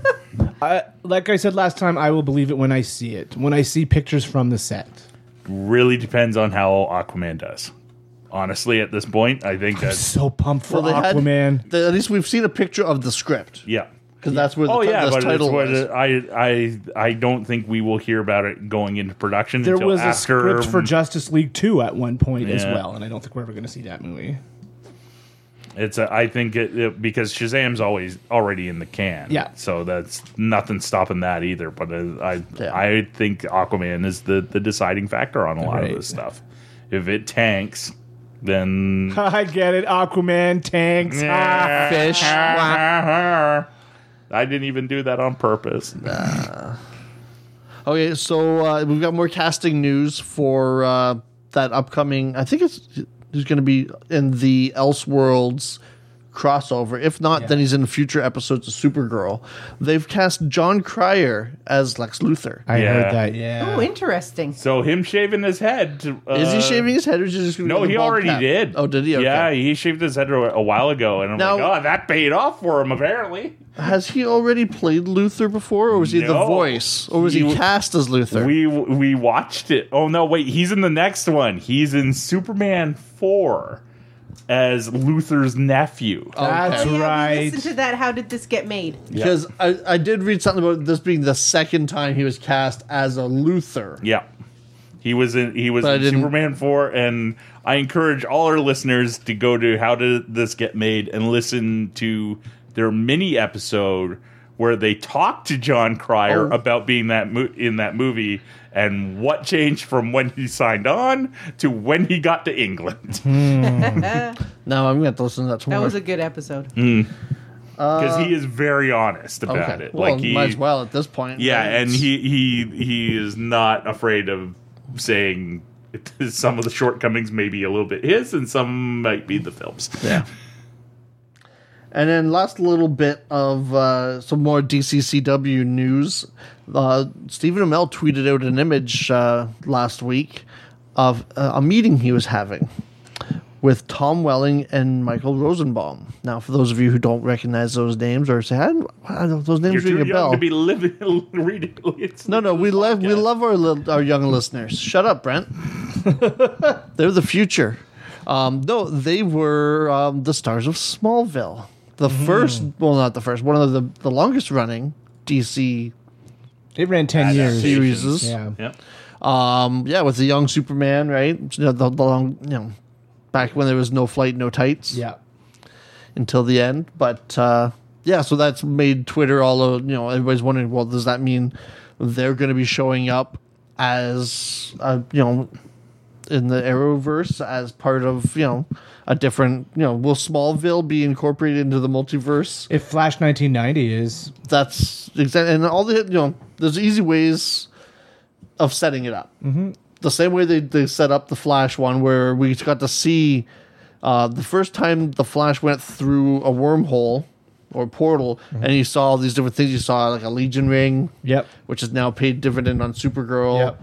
Speaker 5: I, like I said last time, I will believe it when I see it. When I see pictures from the set,
Speaker 3: Really depends on how Aquaman does. Honestly, at this point, I think that's
Speaker 5: so pumped for
Speaker 2: Well, they had-
Speaker 5: Aquaman.
Speaker 2: the- at least we've seen a picture of the script
Speaker 3: yeah.
Speaker 2: because that's where the,
Speaker 3: Oh
Speaker 2: ti-
Speaker 3: yeah,
Speaker 2: the
Speaker 3: but it's
Speaker 2: title
Speaker 3: what
Speaker 2: was.
Speaker 3: it- I I I don't think we will hear about it going into production
Speaker 5: there
Speaker 3: until
Speaker 5: was a
Speaker 3: after
Speaker 5: script for Justice League Two at one point as
Speaker 3: Yeah.
Speaker 5: well, and I don't think we're ever going to see that movie.
Speaker 3: It's a, I think it, it- because Shazam's always already in the can.
Speaker 5: Yeah.
Speaker 3: So that's nothing stopping that either. But uh, I
Speaker 2: Yeah.
Speaker 3: I think Aquaman is the the deciding factor on a lot
Speaker 5: Right.
Speaker 3: of this stuff. If it tanks, then eh.
Speaker 5: I get it. Aquaman tanks.
Speaker 3: I
Speaker 2: Fish. Wah.
Speaker 3: didn't even do that on purpose.
Speaker 2: Okay, so uh, we've got more casting news for uh, that upcoming. I think it's he's going to be in the Elseworlds crossover. If not, then he's in future episodes of Supergirl. They've cast John Cryer as Lex Luthor.
Speaker 5: I
Speaker 3: Yeah.
Speaker 5: heard that. Yeah.
Speaker 4: Oh, interesting.
Speaker 3: So him shaving his head to, uh,
Speaker 2: Is he shaving his head or is he just gonna go
Speaker 3: No,
Speaker 2: with
Speaker 3: he
Speaker 2: a bald
Speaker 3: already
Speaker 2: cap?
Speaker 3: did.
Speaker 2: Oh, did he? Okay.
Speaker 3: Yeah, he shaved his head a, a while ago, and I'm
Speaker 2: Now-
Speaker 3: like, oh, that paid off for him apparently.
Speaker 2: Has he already played Luthor before, or was he the
Speaker 3: No.
Speaker 2: voice, or was he,
Speaker 3: He-
Speaker 2: cast as Luthor?
Speaker 3: We we watched it. Oh no, wait, he's in the next one. He's in Superman 4 as Luther's nephew.
Speaker 5: That's
Speaker 4: Oh, yeah, We
Speaker 5: right.
Speaker 4: listened to that. How did this get made?
Speaker 2: Because I, I did read something about this being the second time he was cast as a Luthor.
Speaker 3: Yeah. He was in he was
Speaker 2: But I
Speaker 3: in
Speaker 2: didn't-
Speaker 3: Superman 4 and I encourage all our listeners to go to how did this get made and listen to their mini episode where they talked to John Cryer
Speaker 2: Oh.
Speaker 3: about being that mo- in that movie and what changed from when he signed on to when he got to England.
Speaker 2: Now I'm going to have to listen to that
Speaker 4: That
Speaker 2: tomorrow.
Speaker 4: was a good episode.
Speaker 2: Mm.
Speaker 3: because he is very honest about
Speaker 2: Uh, Okay.
Speaker 3: it.
Speaker 2: Well,
Speaker 3: like he,
Speaker 2: might as well at this point.
Speaker 3: yeah,
Speaker 2: right?
Speaker 3: and he he he is not afraid of saying some of the shortcomings may be a little bit his, and some might be the films.
Speaker 2: yeah. And then last little bit of uh, some more DCCW news. Uh, Stephen Amell tweeted out an image uh, last week of uh, a meeting he was having with Tom Welling and Michael Rosenbaum. Now, for those of you who don't recognize those names or say, I don't, I don't- those
Speaker 3: You're
Speaker 2: names
Speaker 3: too
Speaker 2: ring a
Speaker 3: young
Speaker 2: bell.
Speaker 3: to be living reading. It's
Speaker 2: No, no, we love we
Speaker 3: podcast.
Speaker 2: love our li- our young listeners. Shut up, Brent. They're the future. Um, no, they were um, the stars of Smallville. The
Speaker 5: Mm-hmm.
Speaker 2: first, well, not the first, one of the the longest running DC
Speaker 5: It ran ten years.
Speaker 2: series.
Speaker 5: Yeah.
Speaker 3: Yeah.
Speaker 2: Um, yeah, with the young Superman, right? You know, the, the long, you know, back when there was no flight, no tights
Speaker 5: Yeah.
Speaker 2: until the end. But uh, yeah, so that's made Twitter all of you know everybody's wondering. Well, does that mean they're going to be showing up as uh, you know in the Arrowverse as part of you know a different you know will Smallville be incorporated into the multiverse?
Speaker 5: If Flash 1990 is
Speaker 2: That's exactly and all the you know there's easy ways of setting it up. Mm-hmm. The same way they, they set up the Flash one, where we got to see uh, the first time the Flash went through a wormhole or portal, and you saw all these different things. You saw like a Legion ring,
Speaker 5: Yep.
Speaker 2: which is now paid dividend on Supergirl,
Speaker 5: Yep.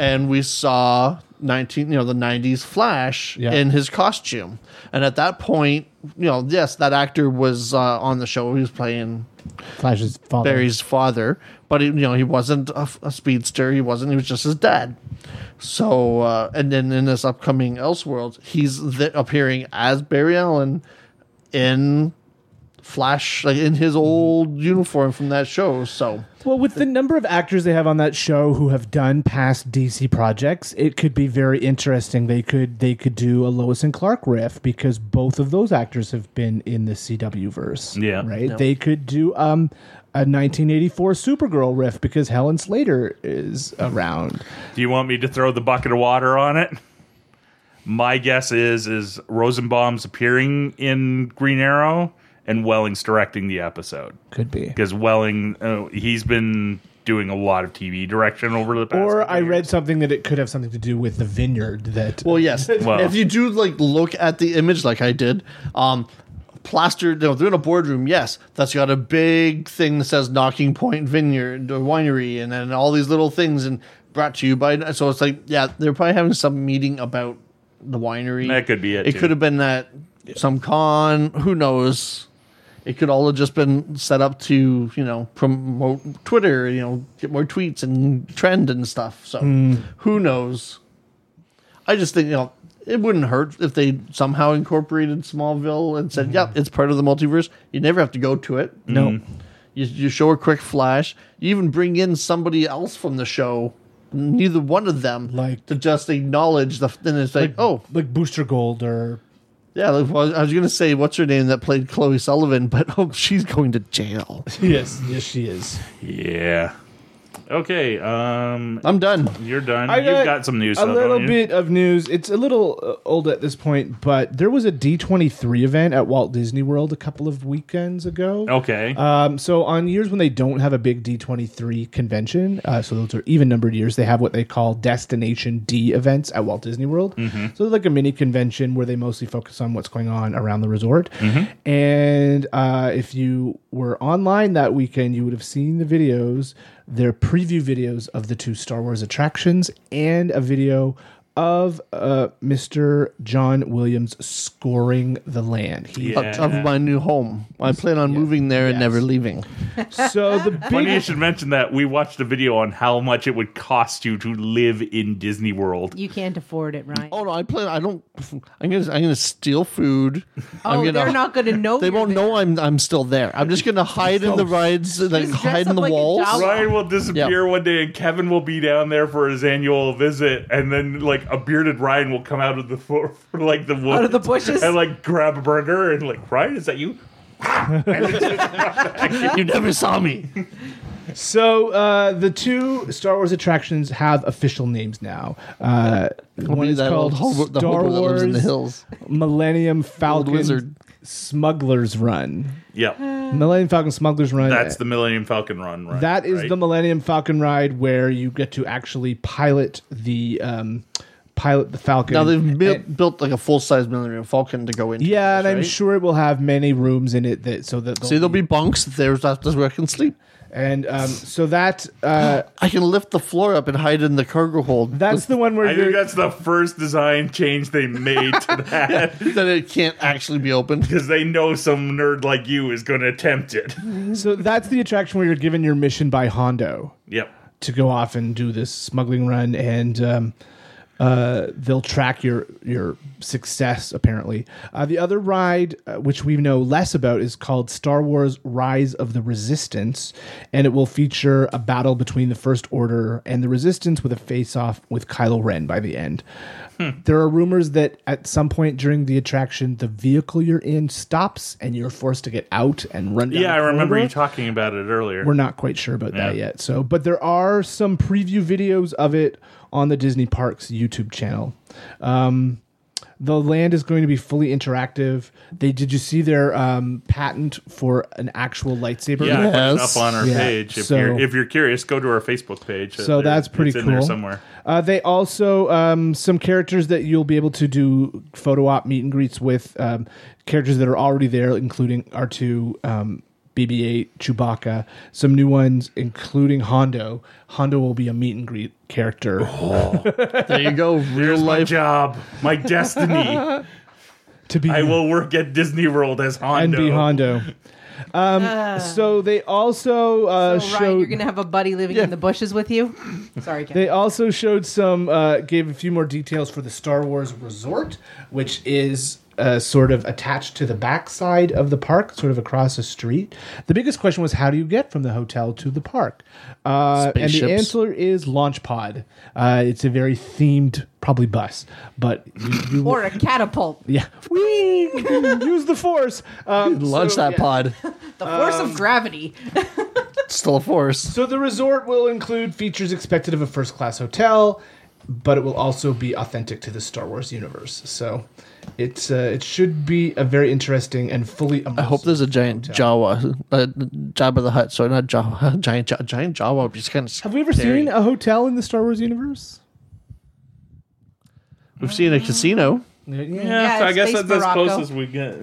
Speaker 2: and we saw 19 you know the 90s flash
Speaker 5: Yeah.
Speaker 2: in his costume and at that point you know yes that actor was uh, on the show he was playing
Speaker 5: Flash's father.
Speaker 2: barry's father but he, you know he wasn't a, a speedster he wasn't he was just his dad so uh, and then in this upcoming elseworlds he's th- appearing as barry allen in flash like in his old uniform from that show so
Speaker 5: Well, with the number of actors they have on that show who have done past DC projects, it could be very interesting. They could they could do a Lois and Clark riff because both of those actors have been in the CW verse.
Speaker 3: Yeah.
Speaker 5: right. They could do um, a 1984 Supergirl riff because Helen Slater is around.
Speaker 3: Do you want me to throw the bucket of water on it? My guess is is Rosenbaum's appearing in Green Arrow and Welling's directing the episode
Speaker 5: Could be.
Speaker 3: because Welling uh, he's been doing a lot of TV direction over the past.
Speaker 5: Or
Speaker 3: couple
Speaker 5: I
Speaker 3: years.
Speaker 5: read something that it could have something to do with the vineyard that.
Speaker 2: Well, yes.
Speaker 3: Well-
Speaker 2: if you do like look at the image, like I did, um, plastered. No, they're in a boardroom. Yes, that's got a big thing that says Knocking Point Vineyard or Winery, and then all these little things, and brought to you by. So it's like, yeah, they're probably having some meeting about the winery.
Speaker 3: That could be it,
Speaker 2: It
Speaker 3: too.
Speaker 2: could have been that some con. Who knows? It could all have just been set up to, you know, promote Twitter, you know, get more tweets and trend and stuff. So who knows? I just think, you know, it wouldn't hurt if they somehow incorporated Smallville and said, yep, it's part of the multiverse. You never have to go to it.
Speaker 5: no.
Speaker 2: You, you show a quick flash. You even bring in somebody else from the show, neither one of them,
Speaker 5: Like-
Speaker 2: to just acknowledge the. Then it's like, oh,
Speaker 5: Like Booster Gold or
Speaker 2: yeah, like, well, I was going to say, what's her name that played Chloe Sullivan, but oh, she's going to jail.
Speaker 5: yes, yes, she is.
Speaker 3: Yeah. Okay. Um,
Speaker 2: I'm done.
Speaker 3: you're done.
Speaker 5: I
Speaker 3: You've got some news.
Speaker 5: A little bit of news. It's a little uh, old at this point, but there was a D23 event at Walt Disney World a couple of weekends ago.
Speaker 3: Okay.
Speaker 4: Uh,
Speaker 5: Um, so on years when they don't have a big D23 convention, uh, so those are even numbered years, they have what they call Destination D events at Walt Disney World. So they're like a mini convention where they mostly focus on what's going on around the resort. And uh, if you were online that weekend, you would have seen the videos, their preview videos of the two Star Wars attractions, and a video of uh, Mr. John Williams scoring the land. He
Speaker 3: Yeah.
Speaker 2: Of my new home. I plan on moving there and never leaving.
Speaker 5: so the
Speaker 3: Funny you
Speaker 5: big
Speaker 3: should mention that. We watched a video on how much it would cost you to live in Disney World.
Speaker 4: You can't afford it, Ryan.
Speaker 2: Oh no, I plan. I don't. I'm gonna. I'm gonna steal food. I'm
Speaker 4: Oh,
Speaker 2: gonna,
Speaker 4: they're not going to know.
Speaker 2: They
Speaker 4: you're
Speaker 2: won't
Speaker 4: there.
Speaker 2: know I'm. I'm still there. I'm just gonna hide in the
Speaker 5: Oh.
Speaker 2: rides, like
Speaker 4: dress
Speaker 2: hide in
Speaker 4: up
Speaker 2: the
Speaker 4: like a
Speaker 2: walls.
Speaker 4: Jawa.
Speaker 3: Ryan will disappear one day, and Kevin will be down there for his annual visit, and then like a bearded Ryan will come out of the floor, like the woods,
Speaker 4: of the bushes.
Speaker 3: and like grab a burger and like Ryan, is that you?
Speaker 2: you never saw me.
Speaker 5: so uh, the two Star Wars attractions have official names now. Uh,
Speaker 2: Be
Speaker 5: one is
Speaker 2: that
Speaker 5: called
Speaker 2: old hobo, the
Speaker 5: Star
Speaker 2: hobo that
Speaker 5: Wars
Speaker 2: lives in the hills.
Speaker 5: Millennium Falcon
Speaker 2: wizard.
Speaker 5: Smuggler's Run.
Speaker 4: Uh,
Speaker 3: Yeah,
Speaker 5: Millennium Falcon Smuggler's Run. uh,
Speaker 3: that's the Millennium Falcon run. Right?
Speaker 5: That is
Speaker 3: right?
Speaker 5: the Millennium Falcon ride where you get to actually pilot the um, pilot the Falcon.
Speaker 2: Now they've built,
Speaker 5: And-
Speaker 2: built like a full size Millennium Falcon to go into.
Speaker 5: yeah, and
Speaker 2: this,
Speaker 5: I'm
Speaker 2: right?
Speaker 5: sure it will have many rooms in it that so that
Speaker 2: See, there'll be bunks. There's that's where I can sleep.
Speaker 5: and um, so that uh,
Speaker 2: I can lift the floor up and hide in the cargo hold.
Speaker 5: that's the one where
Speaker 3: I think
Speaker 5: you're,
Speaker 3: that's the first design change they made to that
Speaker 2: that it can't actually be opened.
Speaker 3: because they know some nerd like you is going to attempt it.
Speaker 5: So that's the attraction where you're given your mission by Hondo
Speaker 3: Yep.
Speaker 5: to go off and do this smuggling run, and um, uh, they'll track your your success. Apparently, uh, the other ride, uh, which we know less about, is called Star Wars: Rise of the Resistance, and it will feature a battle between the First Order and the Resistance with a face-off with Kylo Ren by the end.
Speaker 3: Hmm.
Speaker 5: There are rumors that at some point during the attraction, the vehicle you're in stops and you're forced to get out and run. Down
Speaker 3: Yeah, I
Speaker 5: the
Speaker 3: remember
Speaker 5: corridor.
Speaker 3: you talking about it earlier.
Speaker 5: We're not quite sure about that
Speaker 3: Yeah.
Speaker 5: yet. So, but there are some preview videos of it on the Disney Parks YouTube channel. Um, the land is going to be fully interactive. They did you see their um, patent for an actual lightsaber?
Speaker 3: yeah, I put it
Speaker 2: Yes.
Speaker 3: up on our
Speaker 5: Yeah,
Speaker 3: page. If,
Speaker 5: so-
Speaker 3: you're, if you're curious, go to our Facebook page. Uh,
Speaker 5: So
Speaker 3: there-
Speaker 5: that's pretty
Speaker 3: it's
Speaker 5: cool.
Speaker 3: in there somewhere.
Speaker 5: Uh, they also um, some characters that you'll be able to do photo op meet and greets with um, characters that are already there, including R two, um, BB-8, Chewbacca, some new ones, including Hondo. Hondo will be a meet and greet character.
Speaker 2: There you go. Real
Speaker 3: My
Speaker 2: life.
Speaker 3: job, my destiny.
Speaker 5: to be
Speaker 3: I will work at Disney World as
Speaker 5: and
Speaker 3: Hondo.
Speaker 5: be Hondo. Um, so they also uh,
Speaker 4: Ah. so,
Speaker 5: showed.
Speaker 4: Ryan, you're gonna have a buddy living in the bushes with you. Sorry, Ken.
Speaker 5: They also showed some, uh, gave a few more details for the Star Wars Resort, which is uh, sort of attached to the backside of the park, sort of across a street. The biggest question was how do you get from the hotel to the park? Uh, and the
Speaker 2: Spaceships.
Speaker 5: answer is Launch Pod. Uh, it's a very themed, probably bus, but you, you
Speaker 4: or a catapult,
Speaker 5: yeah, Whee! use the force. Um,
Speaker 2: Launch
Speaker 5: so,
Speaker 2: that
Speaker 5: yeah.
Speaker 2: pod.
Speaker 4: the force
Speaker 2: Um,
Speaker 4: of gravity.
Speaker 2: Still a force.
Speaker 5: So the resort will include features expected of a first class hotel, but it will also be authentic to the Star Wars universe. So it's uh, it should be a very interesting and fully immersive.
Speaker 2: I hope there's a giant Jawa, uh, Jabba the Hutt. Sorry, not Jawa. Giant, Jawa- giant Jawa. would be Just kind of.
Speaker 5: Have we ever seen a hotel in the Star Wars universe?
Speaker 2: We've seen a casino.
Speaker 3: Yeah,
Speaker 4: Yeah,
Speaker 3: so I
Speaker 4: it's
Speaker 3: guess
Speaker 4: Space
Speaker 3: that's as
Speaker 4: Morocco.
Speaker 3: close as we get uh,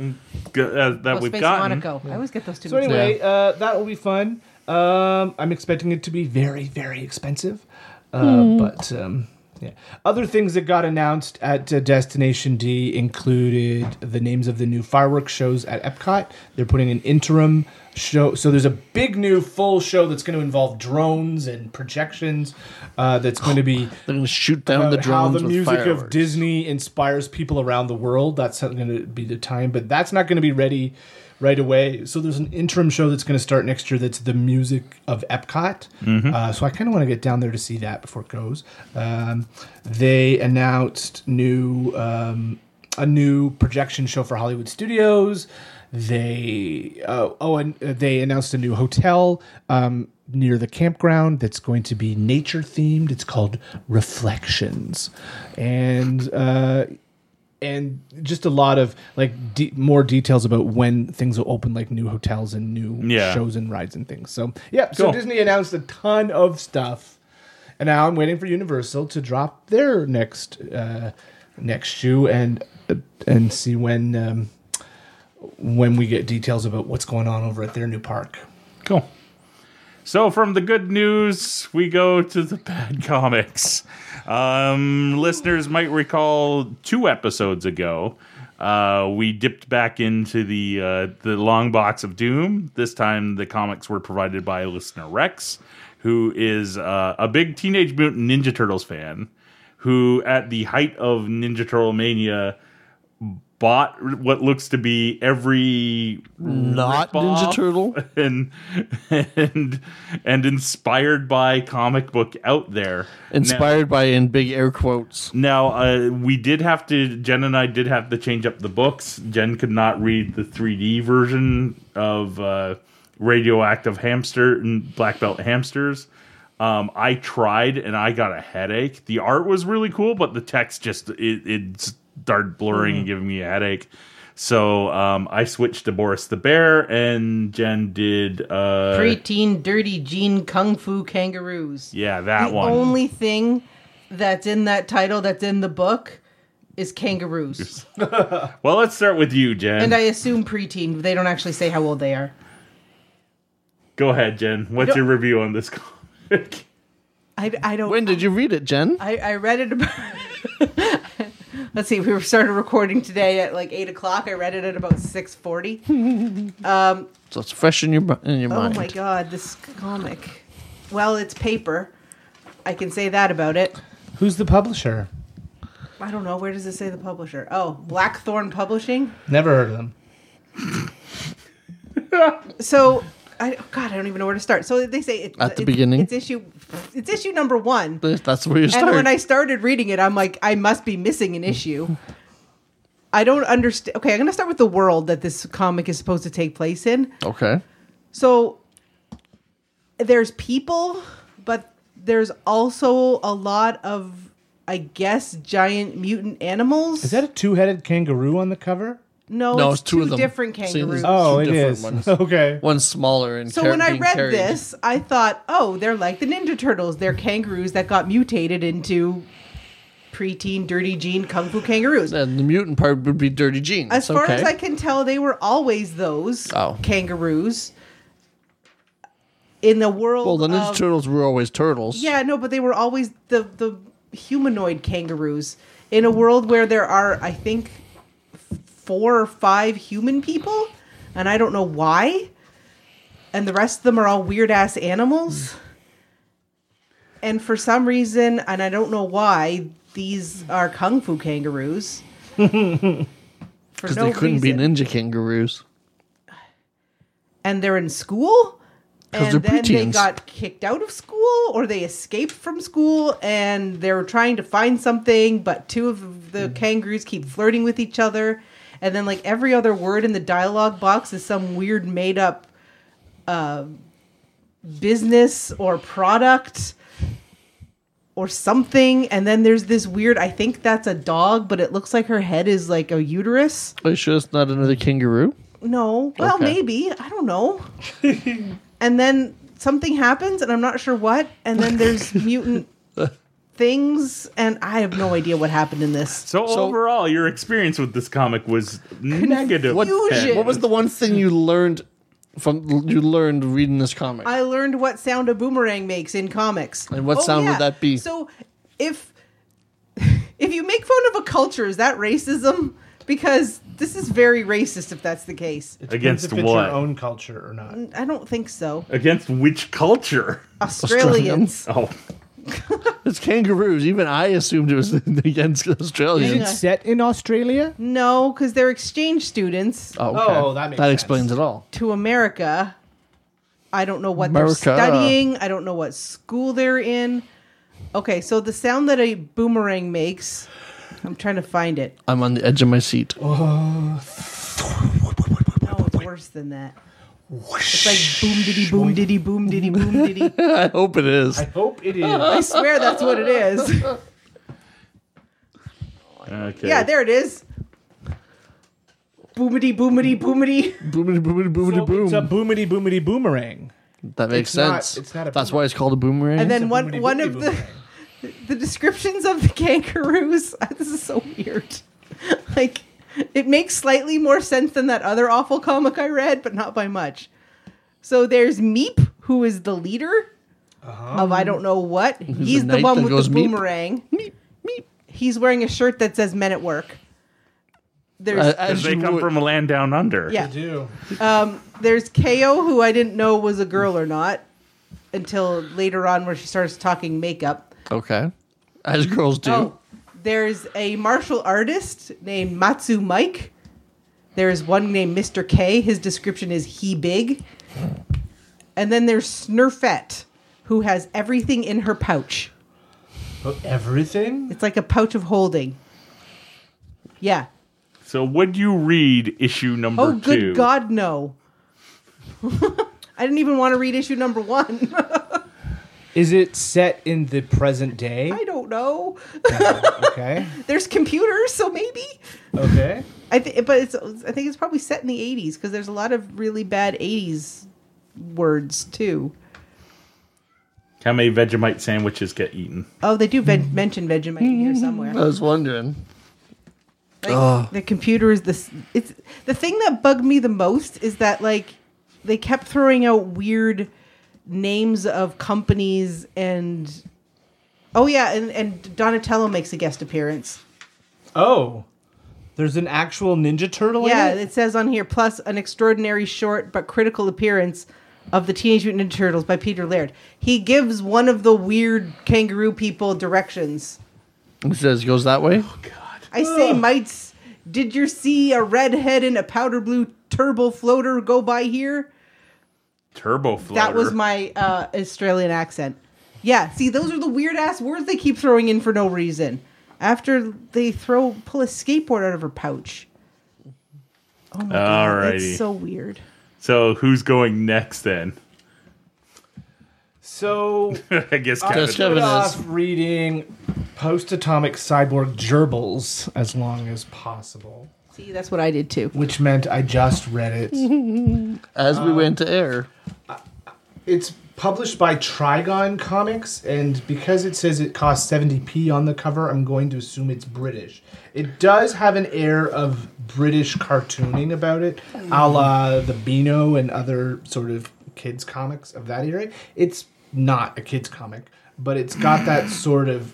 Speaker 3: that
Speaker 4: Oh,
Speaker 3: we've
Speaker 4: Space
Speaker 3: gotten.
Speaker 4: Monaco. I always get those two.
Speaker 5: So
Speaker 4: mixed up.
Speaker 5: anyway, uh, that will be fun. Um, I'm expecting it to be very, very expensive, uh, but um, yeah. Other things that got announced at uh, Destination D included the names of the new fireworks shows at Epcot. They're putting an interim show, so there's a big new full show that's going to involve drones and projections. Uh, that's going to be
Speaker 2: They're going to shoot down the
Speaker 5: about how
Speaker 2: drones
Speaker 5: the
Speaker 2: with
Speaker 5: music
Speaker 2: fireworks.
Speaker 5: of Disney inspires people around the world. That's going to be the time, but that's not going to be ready right away. So there's an interim show that's going to start next year. That's the music of Epcot.
Speaker 2: Mm-hmm.
Speaker 5: Uh, so I kind of want to get down there to see that before it goes. Um, they announced new um, a new projection show for Hollywood Studios. They uh, oh, and uh, they announced a new hotel um, near the campground that's going to be nature themed. It's called Reflections, and uh, and just a lot of like de- more details about when things will open, like new hotels and new
Speaker 3: Yeah.
Speaker 5: shows and rides and things. So yeah, so
Speaker 3: Cool.
Speaker 5: Disney announced a ton of stuff, and now I'm waiting for Universal to drop their next uh, next shoe and uh, and see when. Um, when we get details about what's going on over at their new park.
Speaker 3: Cool. So from the good news, we go to the bad comics. Um, listeners might recall two episodes ago, uh, we dipped back into the uh, the long box of doom. This time, the comics were provided by listener Rex, who is uh, a big Teenage Mutant Ninja Turtles fan, who at the height of Ninja Turtle mania bought what looks to be every
Speaker 2: Not Ninja
Speaker 3: ripoff
Speaker 2: Turtle.
Speaker 3: and and and inspired by comic book out there.
Speaker 2: Inspired by in big air quotes.
Speaker 3: Now, uh, we did have to. Jen and I did have to change up the books. Jen could not read the 3D version of uh, Radioactive Hamster and Black Belt Hamsters. Um, I tried and I got a headache. The art was really cool, but the text just it, it started blurring and giving me a headache. So um, I switched to Boris the Bear, and Jen did. Uh,
Speaker 4: Preteen dirty Jean Kung Fu kangaroos.
Speaker 3: yeah, that
Speaker 4: the
Speaker 3: one.
Speaker 4: only thing that's in that title that's in the book is kangaroos.
Speaker 3: well, let's start with you, Jen.
Speaker 4: And I assume preteen. They don't actually say how old they are.
Speaker 3: Go ahead, Jen. What's your review on this comic?
Speaker 4: I, I don't.
Speaker 2: When did you read it, Jen?
Speaker 4: I, I read it about. Let's see. We were started recording today at like eight o'clock. I read it at about six forty.
Speaker 2: So it's fresh in your mi- in your
Speaker 4: Oh
Speaker 2: mind.
Speaker 4: my god, this comic. Well, it's paper. I can say that about it.
Speaker 5: Who's the publisher?
Speaker 4: I don't know. Where does it say the publisher? Oh, Blackthorn Publishing.
Speaker 5: Never heard of them.
Speaker 4: So, I, oh God, I don't even know where to start. So they say it,
Speaker 2: At the
Speaker 4: it's-
Speaker 2: beginning?
Speaker 4: It's issue. It's issue number one.
Speaker 2: That's where you start.
Speaker 4: And when I started reading it, I'm like, I must be missing an issue. I don't understand. Okay, I'm going to start with the world that this comic is supposed to take place in.
Speaker 2: okay.
Speaker 4: So there's people, but there's also a lot of, I guess, giant mutant animals.
Speaker 5: Is that a two-headed kangaroo on the cover?
Speaker 4: no?
Speaker 2: No,
Speaker 4: it's,
Speaker 2: it's two of them.
Speaker 4: different
Speaker 2: See,
Speaker 4: kangaroos.
Speaker 2: there's-
Speaker 5: Oh, it
Speaker 2: different
Speaker 5: is.
Speaker 2: ones.
Speaker 5: Okay.
Speaker 2: One smaller and
Speaker 4: So
Speaker 2: car-
Speaker 4: when I
Speaker 2: being
Speaker 4: read
Speaker 2: carried.
Speaker 4: this, I thought, oh, they're like the Ninja Turtles. They're kangaroos that got mutated into preteen, dirty jean, kung fu kangaroos.
Speaker 2: and the mutant part would be Dirty Jeans.
Speaker 4: As far
Speaker 2: okay.
Speaker 4: as I can tell, they were always those
Speaker 2: Oh.
Speaker 4: kangaroos. in the world.
Speaker 2: Well, the Ninja
Speaker 4: of-
Speaker 2: Turtles were always turtles.
Speaker 4: Um, Yeah, no, but they were always the the humanoid kangaroos in a world where there are, I think, f- four or five human people, and I don't know why. And the rest of them are all weird ass animals. And for some reason, and I don't know why, these are kung fu kangaroos. For
Speaker 2: because they couldn't be ninja kangaroos.
Speaker 4: and they're in school
Speaker 2: 'Cause
Speaker 4: and
Speaker 2: they're
Speaker 4: then they
Speaker 2: preteens.
Speaker 4: got kicked out of school or they escaped from school and they're trying to find something but two of the
Speaker 2: Mm.
Speaker 4: kangaroos keep flirting with each other and then like every other word in the dialogue box is some weird made up uh, business or product or something and then there's this weird i think that's a dog but it looks like her head is like a uterus
Speaker 2: Are you sure it's not another kangaroo?
Speaker 4: no. Well,
Speaker 2: Okay.
Speaker 4: maybe. I don't know. and then something happens, and I'm not sure what. And then there's mutant things, and I have no idea what happened in this.
Speaker 3: So,
Speaker 2: So-
Speaker 3: overall, your experience with this comic was negative.
Speaker 2: What,
Speaker 4: Confusion.
Speaker 2: what was the one thing you learned from you learned reading this comic?
Speaker 4: I learned what sound a boomerang makes in comics. Oh,
Speaker 2: And what sound would that be?
Speaker 4: So, if if you make fun of a culture, is that racism? Because this is very racist if that's the case.
Speaker 3: Against
Speaker 5: Depends if
Speaker 3: what?
Speaker 5: It's your own culture or not?
Speaker 4: I don't think so.
Speaker 3: Against which culture?
Speaker 4: Australians.
Speaker 3: Oh,
Speaker 2: It's kangaroos. Even I assumed it was against
Speaker 5: Is
Speaker 2: Australians.
Speaker 5: it set in Australia?
Speaker 4: No, because they're exchange students.
Speaker 2: Oh,
Speaker 5: Oh, that makes sense.
Speaker 2: explains it all.
Speaker 4: to America. I don't know what
Speaker 2: America.
Speaker 4: they're studying. I don't know what school they're in. Okay, so the sound that a boomerang makes, I'm trying to find it.
Speaker 2: I'm on the edge of my seat.
Speaker 5: Oh.
Speaker 4: No, it's worse than that. It's like boom diddy boom diddy boom diddy boom diddy.
Speaker 2: I hope it is.
Speaker 5: I hope it is.
Speaker 4: I swear that's what it is.
Speaker 3: okay.
Speaker 4: Yeah, there it is. Boomity boomity boomity.
Speaker 2: boomity boomity boomity
Speaker 5: It's a
Speaker 2: boom.
Speaker 5: boomity boomity boomerang.
Speaker 2: that makes
Speaker 5: it's not-
Speaker 2: sense.
Speaker 5: it's not a
Speaker 2: That's why it's called a boomerang.
Speaker 4: And then
Speaker 5: Boomity
Speaker 4: one one
Speaker 5: boomity
Speaker 4: of the
Speaker 5: boomerang.
Speaker 4: the descriptions of the kangaroos this is so weird like it makes slightly more sense than that other awful comic i read but not by much so there's meep who is the leader of i don't know what he's the,
Speaker 2: knight
Speaker 4: one
Speaker 2: that
Speaker 4: with
Speaker 2: goes
Speaker 4: the
Speaker 2: meep?
Speaker 4: boomerang
Speaker 2: meep meep.
Speaker 4: he's wearing a shirt that says men at work there's
Speaker 2: Uh,
Speaker 3: Because
Speaker 2: as
Speaker 3: they
Speaker 2: you
Speaker 3: come
Speaker 2: would-
Speaker 3: from a land down under.
Speaker 4: yeah
Speaker 5: do.
Speaker 4: there's ko who i didn't know was a girl or not until later on where she starts talking makeup
Speaker 2: Okay. As girls do.
Speaker 4: Oh, there's a martial artist named Matsu Mike. There's one named Mr. K. His description is he big. And then there's Snurfette, who has everything in her pouch.
Speaker 5: Everything?
Speaker 4: It's like a pouch of holding. Yeah.
Speaker 3: So, would you read issue number
Speaker 4: Oh, good
Speaker 3: two?
Speaker 4: God, no. I didn't even want to read issue number one.
Speaker 5: Is it set in the present day?
Speaker 4: I don't know.
Speaker 5: okay.
Speaker 4: There's computers, so maybe.
Speaker 5: Okay.
Speaker 4: I think, but it's I think it's probably set in the '80s because there's a lot of really bad '80s words too.
Speaker 3: How many Vegemite sandwiches get eaten?
Speaker 4: Oh, they do ven- mention Vegemite in here somewhere.
Speaker 2: I was wondering.
Speaker 4: Like, The computer is this. It's the thing that bugged me the most is that like they kept throwing out weird names of companies and oh yeah, and, and Donatello makes a guest appearance.
Speaker 5: Oh. There's an actual Ninja Turtle
Speaker 4: Yeah,
Speaker 5: in it?
Speaker 4: it says on here plus an extraordinary short but critical appearance of the Teenage Mutant Ninja Turtles by Peter Laird. He gives one of the weird kangaroo people directions.
Speaker 2: He says, goes that way?
Speaker 5: Oh,
Speaker 4: I say, mites, did you see a redhead in a powder blue turbo floater go by here?
Speaker 3: Turbo floater.
Speaker 4: That was my uh, Australian accent. Yeah, see, those are the weird ass words they keep throwing in for no reason. After they throw pull a skateboard out of her pouch. Oh my god,
Speaker 3: Alrighty.
Speaker 4: it's so weird.
Speaker 3: So, who's going next then?
Speaker 5: So,
Speaker 3: I guess
Speaker 5: I
Speaker 3: Kevin.
Speaker 2: Just Kevin
Speaker 5: put
Speaker 2: is.
Speaker 5: off reading post atomic cyborg gerbils as long as possible,
Speaker 4: See, that's what I did too.
Speaker 5: which meant I just read it.
Speaker 2: As
Speaker 5: Uh,
Speaker 2: we went to air.
Speaker 5: it's published by Trigon Comics, and because it says it costs 70p on the cover, I'm going to assume it's British. It does have an air of British cartooning about it, a la the Beano and other sort of kids comics of that era. It's not a kids comic, but it's got that sort of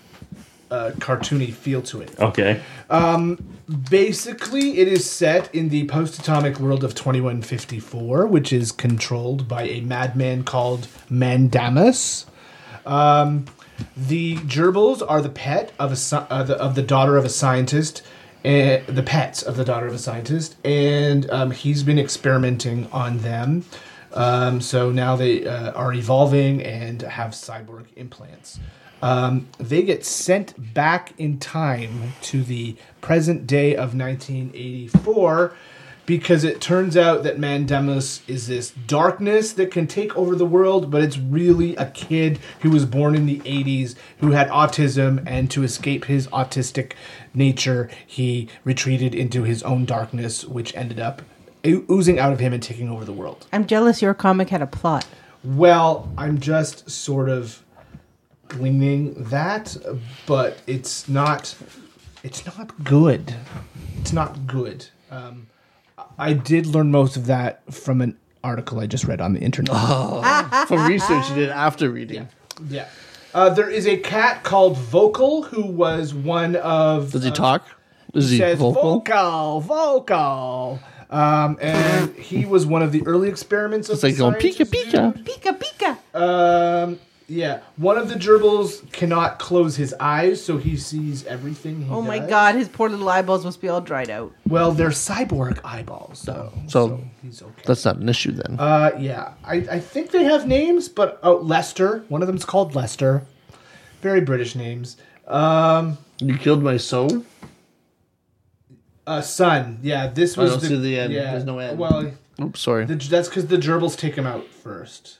Speaker 5: uh, cartoony feel to it.
Speaker 3: Okay.
Speaker 5: Basically, it is set in the post-atomic world of 2154, which is controlled by a madman called Mandamus. Um, the gerbils are the pet of a sci- uh, the, of the daughter of a scientist, and the pets of the daughter of a scientist, and um, he's been experimenting on them. Um, so now they uh, are evolving and have cyborg implants. Um, they get sent back in time to the present day of 1984 because it turns out that Mandamus is this darkness that can take over the world, but it's really a kid who was born in the 80s who had autism, and to escape his autistic nature, he retreated into his own darkness, which ended up oo- oozing out of him and taking over the world.
Speaker 4: I'm jealous your comic had a plot.
Speaker 5: Well, I'm just sort of gleaning that, but it's not. It's not good. It's not good. Um, I did learn most of that from an article I just read on the internet.
Speaker 2: Uh-huh.
Speaker 4: Uh,
Speaker 2: From research you did after reading.
Speaker 5: Yeah. Uh, there is a cat called Vocal who was one of.
Speaker 2: Does he talk? Is he
Speaker 5: Uh, says "Oh,
Speaker 2: vocal?
Speaker 5: vocal, vocal. Um, and he was one of the early experiments of
Speaker 2: It's like
Speaker 5: the
Speaker 2: going pika
Speaker 5: scientists.
Speaker 2: pika.
Speaker 4: Pika pika.
Speaker 5: Um, yeah, one of the gerbils cannot close his eyes, so he sees everything. He
Speaker 4: oh my
Speaker 5: does.
Speaker 4: god, his poor little eyeballs must be all dried out.
Speaker 5: Well, they're cyborg eyeballs, so
Speaker 2: So-
Speaker 5: he's okay.
Speaker 2: That's not an issue then.
Speaker 5: uh, yeah, I, I think they have names, but oh, Lester. One of them's called Lester. Very British names. Um,
Speaker 2: you killed my soul.
Speaker 5: uh, Sun. Yeah, this
Speaker 2: I
Speaker 5: was
Speaker 2: don't see the end. There's no end.
Speaker 5: Well,
Speaker 2: Oops, sorry.
Speaker 5: The, that's because the gerbils take him out first.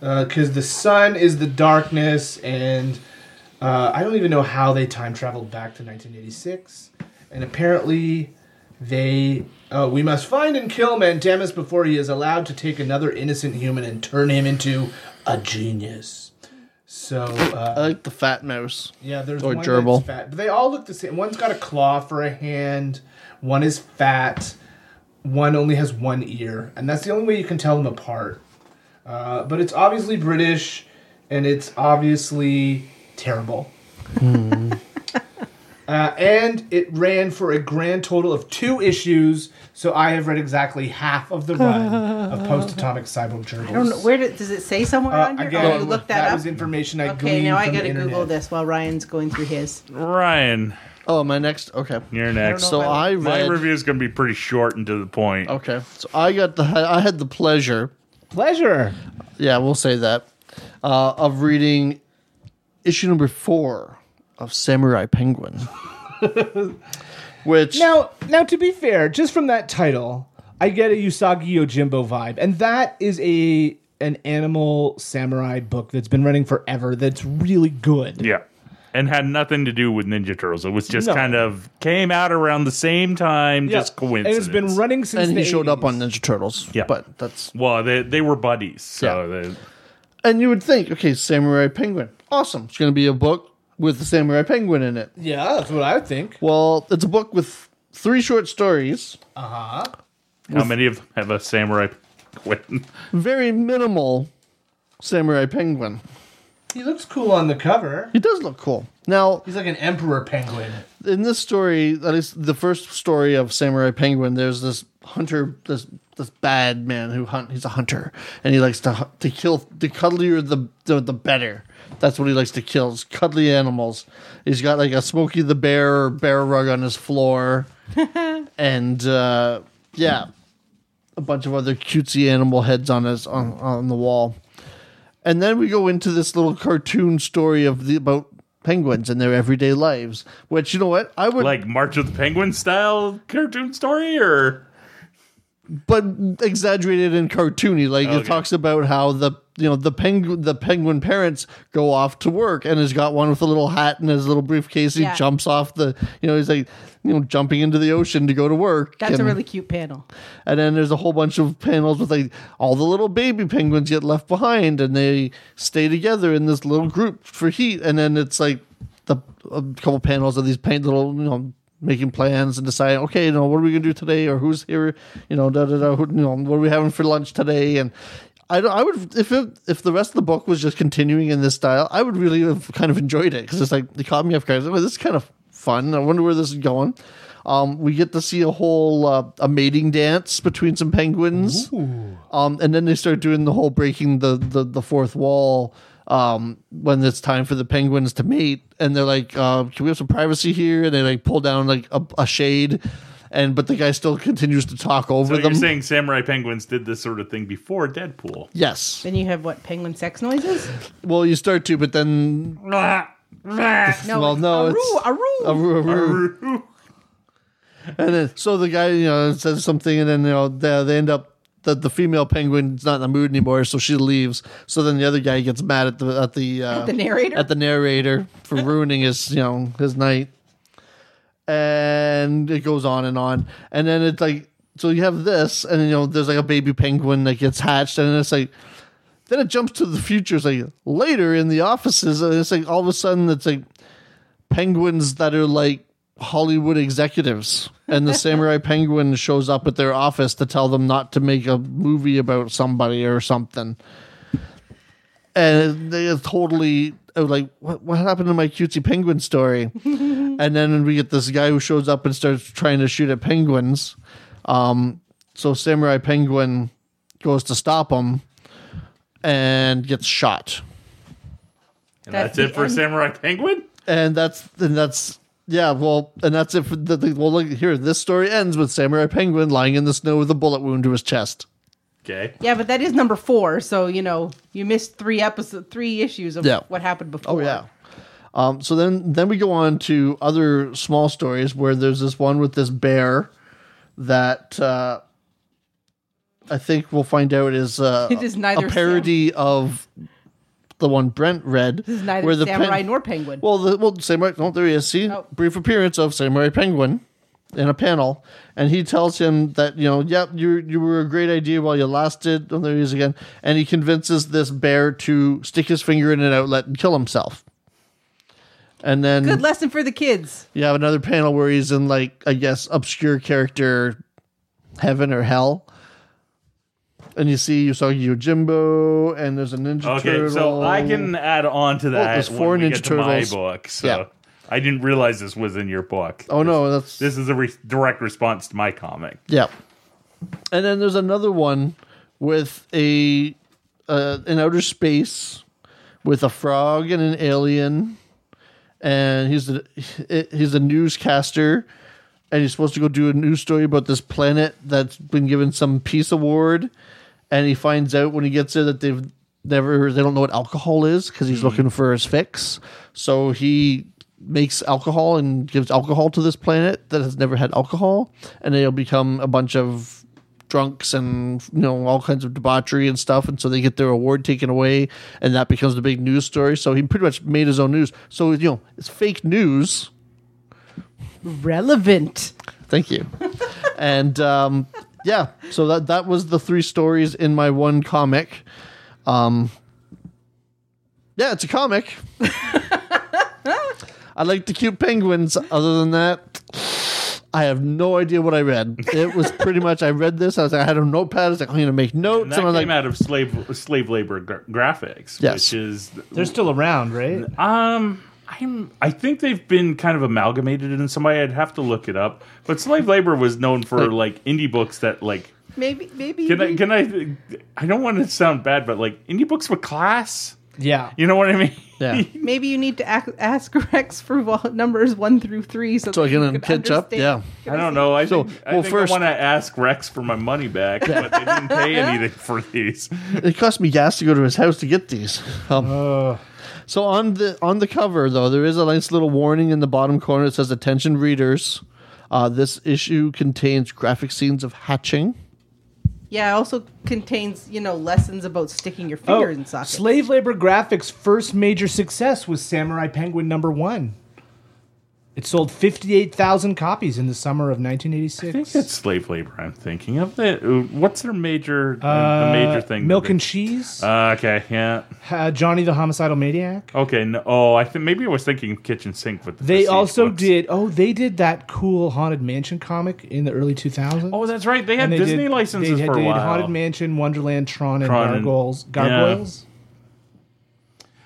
Speaker 5: Because the sun is the darkness, and uh, I don't even know how they time traveled back to 1986. And apparently, they uh, we must find and kill Mandamus before he is allowed to take another innocent human and turn him into a genius. So uh,
Speaker 2: I like the fat mouse.
Speaker 5: yeah, there's
Speaker 2: Or
Speaker 5: one
Speaker 2: gerbil.
Speaker 5: that's fat. But they all look the same. One's got a claw for a hand. One is fat. One only has one ear, and that's the only way you can tell them apart. Uh, but it's obviously British, and it's obviously terrible.
Speaker 2: Hmm.
Speaker 5: uh, and it ran for a grand total of two issues, so I have read exactly half of the run of Post Atomic Cyborg Gerbils.
Speaker 4: I don't know where did, does it say somewhere
Speaker 5: Uh,
Speaker 4: on here?
Speaker 5: again,
Speaker 4: oh, you looked that,
Speaker 5: that
Speaker 4: up.
Speaker 5: was information I
Speaker 4: okay, now I
Speaker 5: got
Speaker 4: gotta
Speaker 5: to
Speaker 4: Google this while Ryan's going through his.
Speaker 3: Ryan,
Speaker 2: Oh, my next. Okay.
Speaker 3: you're next.
Speaker 2: So I
Speaker 3: My
Speaker 2: read.
Speaker 3: review is going to be pretty short and to the point.
Speaker 2: Okay. So I got the. I had the pleasure.
Speaker 5: Pleasure.
Speaker 2: Yeah, we'll say that. Uh, of reading issue number four of Samurai Penguin, which
Speaker 5: Now, now to be fair, just from that title, I get a Usagi Yojimbo vibe, and that is a an animal samurai book that's been running forever. That's really good.
Speaker 3: Yeah. And had nothing to do with Ninja Turtles. It was just
Speaker 5: No.
Speaker 3: kind of came out around the same time, just
Speaker 5: And
Speaker 3: coincidence.
Speaker 5: it's been running since.
Speaker 2: and
Speaker 5: the
Speaker 2: he showed up
Speaker 5: 80s.
Speaker 2: on Ninja Turtles.
Speaker 3: Yeah.
Speaker 2: but that's
Speaker 3: Well, they, they were buddies. So they,
Speaker 2: and you would think, okay, Samurai Penguin, awesome. It's going to be a book with the Samurai Penguin in it.
Speaker 5: Yeah, that's what I would think.
Speaker 2: Well, it's a book with three short stories,
Speaker 3: how many of them have a samurai Quinn?
Speaker 2: very minimal Samurai Penguin.
Speaker 5: He looks cool on the cover.
Speaker 2: He does look cool. Now,
Speaker 5: He's like an emperor penguin.
Speaker 2: in this story, at least the first story of Samurai Penguin, there's this hunter, this this bad man who hunt. He's a hunter, and he likes to hu- to kill. The cuddlier the the, the better. That's what he likes to kill. Is cuddly animals. He's got like a Smokey the Bear or bear rug on his floor, and uh, yeah, a bunch of other cutesy animal heads on his on on the wall. And then we go into this little cartoon story of the about penguins and their everyday lives. Which you know what I would
Speaker 3: Like March of the Penguin style cartoon story or
Speaker 2: but exaggerated and cartoony. Like it
Speaker 3: Okay.
Speaker 2: talks about how the you know the penguin the penguin parents go off to work and has got one with a little hat and his little briefcase. He
Speaker 4: Yeah.
Speaker 2: jumps off the you know he's like you know jumping into the ocean to go to work.
Speaker 4: That's a
Speaker 2: and-
Speaker 4: really cute panel.
Speaker 2: And then there's a whole bunch of panels with like all the little baby penguins get left behind and they stay together in this little group for heat. And then it's like the a couple panels of these paint little, you know, making plans and deciding, okay, you know, what are we gonna do today or who's here, you know, da da da, who, you know, what are we having for lunch today? And I don't. I would if it, if the rest of the book was just continuing in this style, I would really have kind of enjoyed it because it's like they caught me off guard. I was like, "Oh, this is kind of fun. I wonder where this is going. Um, we get to see a whole uh, a mating dance between some penguins, um, and then they start doing the whole breaking the the, the fourth wall um, when it's time for the penguins to mate, and they're like, uh, "Can we have some privacy here?" And they like pull down like a, a shade. And but the guy still continues to talk over
Speaker 3: So
Speaker 2: them.
Speaker 3: you're saying samurai penguins did this sort of thing before Deadpool?
Speaker 2: yes.
Speaker 4: Then you have what penguin sex noises?
Speaker 2: Well, you start to, but then
Speaker 4: No,
Speaker 2: well, no,
Speaker 4: aru,
Speaker 2: it's-
Speaker 4: aru.
Speaker 2: Aroo, aroo. and then so the guy you know says something, and then you know they, they end up that the female penguin's not in the mood anymore, so she leaves. So then the other guy gets mad at the at the uh,
Speaker 4: At the narrator?
Speaker 2: at the narrator for ruining his you know his night, and it goes on and on, and then it's like so you have this, and you know there's like a baby penguin that gets hatched, and it's like then it jumps to the future. It's like later in the offices, and it's like all of a sudden it's like penguins that are like Hollywood executives, and the samurai penguin shows up at their office to tell them not to make a movie about somebody or something. And they are totally I was like, what, what happened to my cutesy penguin story? and then we get this guy who shows up and starts trying to shoot at penguins. Um, so Samurai Penguin goes to stop him and gets shot.
Speaker 3: And that's,
Speaker 4: That's the
Speaker 3: it for
Speaker 4: end.
Speaker 3: samurai penguin.
Speaker 2: and that's and that's yeah well and that's it for the, the well look here this story ends with samurai penguin lying in the snow with a bullet wound to his chest
Speaker 3: Okay.
Speaker 4: yeah, but that is number four. So you know you missed three episode, three issues of
Speaker 2: Yeah.
Speaker 4: what happened before.
Speaker 2: oh yeah um, so then then we go on to other small stories where there's this one with this bear that uh, i think we'll find out is, uh,
Speaker 4: It is neither
Speaker 2: a parody of the one brent read
Speaker 4: This is neither
Speaker 2: where the pen-
Speaker 4: samurai nor penguin.
Speaker 2: Well, the, well, Samurai. No, there he is. See,
Speaker 4: Oh.
Speaker 2: brief appearance of Samurai Penguin in a panel, and he tells him that you know, yep, you you were a great idea while you lasted. Oh, there he is again, and he convinces this bear to stick his finger in an outlet and kill himself. And then
Speaker 4: Good lesson for the kids.
Speaker 2: you have another panel where he's in like I guess obscure character heaven or hell. And you see Usagi Yojimbo, and there's a Ninja
Speaker 3: Okay.
Speaker 2: Turtle.
Speaker 3: So I can add on to that.
Speaker 2: there's
Speaker 3: when
Speaker 2: four
Speaker 3: we
Speaker 2: Ninja
Speaker 3: get to my
Speaker 2: Turtles.
Speaker 3: book. So
Speaker 2: Yeah.
Speaker 3: I didn't realize this was in your book.
Speaker 2: Oh no, that's
Speaker 3: This is a re- direct response to my comic.
Speaker 2: Yeah. And then there's another one with a uh, in outer space with a frog and an alien, and he's a he's a newscaster, and he's supposed to go do a news story about this planet that's been given some peace award, and he finds out when he gets there that they've never they don't know what alcohol is because he's looking for his fix, so he makes alcohol and gives alcohol to this planet that has never had alcohol, and they'll become a bunch of drunks and you know all kinds of debauchery and stuff and so they get their award taken away and that becomes the big news story so he pretty much made his own news so you know it's fake news
Speaker 4: Relevant.
Speaker 2: thank you and um, yeah so that that was the three stories in my one comic um yeah it's a comic i like the cute penguins other than that I have no idea what I read. It was pretty much I read this. I was like, I had a notepad. I was like, I'm gonna make notes.
Speaker 3: And that
Speaker 2: I was
Speaker 3: came
Speaker 2: like,
Speaker 3: out of slave slave labor gra- graphics,
Speaker 2: Yes.
Speaker 3: which is
Speaker 5: They're still around, right?
Speaker 3: Um, I'm. I think they've been kind of amalgamated in some way. I'd have to look it up. But slave labor was known for like indie books that like.
Speaker 4: Maybe maybe
Speaker 3: Can I?
Speaker 4: you-
Speaker 3: Can I? I don't want to sound bad, but like indie books with class.
Speaker 5: Yeah.
Speaker 3: You know what I mean?
Speaker 2: Yeah.
Speaker 4: maybe you need to ac- ask Rex for vol- numbers one through three so,
Speaker 2: So I
Speaker 4: that you
Speaker 2: can catch up,
Speaker 4: understand.
Speaker 3: I don't know. I
Speaker 2: So,
Speaker 3: think, I,
Speaker 2: well,
Speaker 3: think
Speaker 2: first-
Speaker 3: I want to ask Rex for my money back, but they didn't pay anything for these.
Speaker 2: it cost me gas to go to his house to get these. Um, So on the on the cover though, there is a nice little warning in the bottom corner. It says, "Attention readers, uh, this issue contains graphic scenes of hatching."
Speaker 4: Yeah, it also contains you know lessons about sticking your
Speaker 3: Oh,
Speaker 4: finger
Speaker 5: Oh,
Speaker 4: in socket.
Speaker 5: Slave Labor Graphics' first major success was Samurai Penguin number one. It sold 58,000 copies in the summer of 1986.
Speaker 3: I think it's slave labor I'm thinking of. The- What's their major the major thing? that
Speaker 5: Uh, Milk
Speaker 3: they-
Speaker 5: and Cheese.
Speaker 3: Uh, okay, yeah.
Speaker 5: uh, Johnny the Homicidal Maniac.
Speaker 3: Okay, no, oh, I think maybe I was thinking kitchen sink with the
Speaker 5: They
Speaker 3: Prestige
Speaker 5: also
Speaker 3: books.
Speaker 5: did. Oh, they did that cool Haunted Mansion comic in the early 2000s.
Speaker 3: Oh, that's right. They had
Speaker 5: And they
Speaker 3: Disney
Speaker 5: did-
Speaker 3: licenses
Speaker 5: they had,
Speaker 3: for a
Speaker 5: they did
Speaker 3: while.
Speaker 5: Haunted Mansion, Wonderland, Tron, and
Speaker 3: Tron and-
Speaker 5: Gargoyles.
Speaker 3: yeah.
Speaker 5: Gargoyles.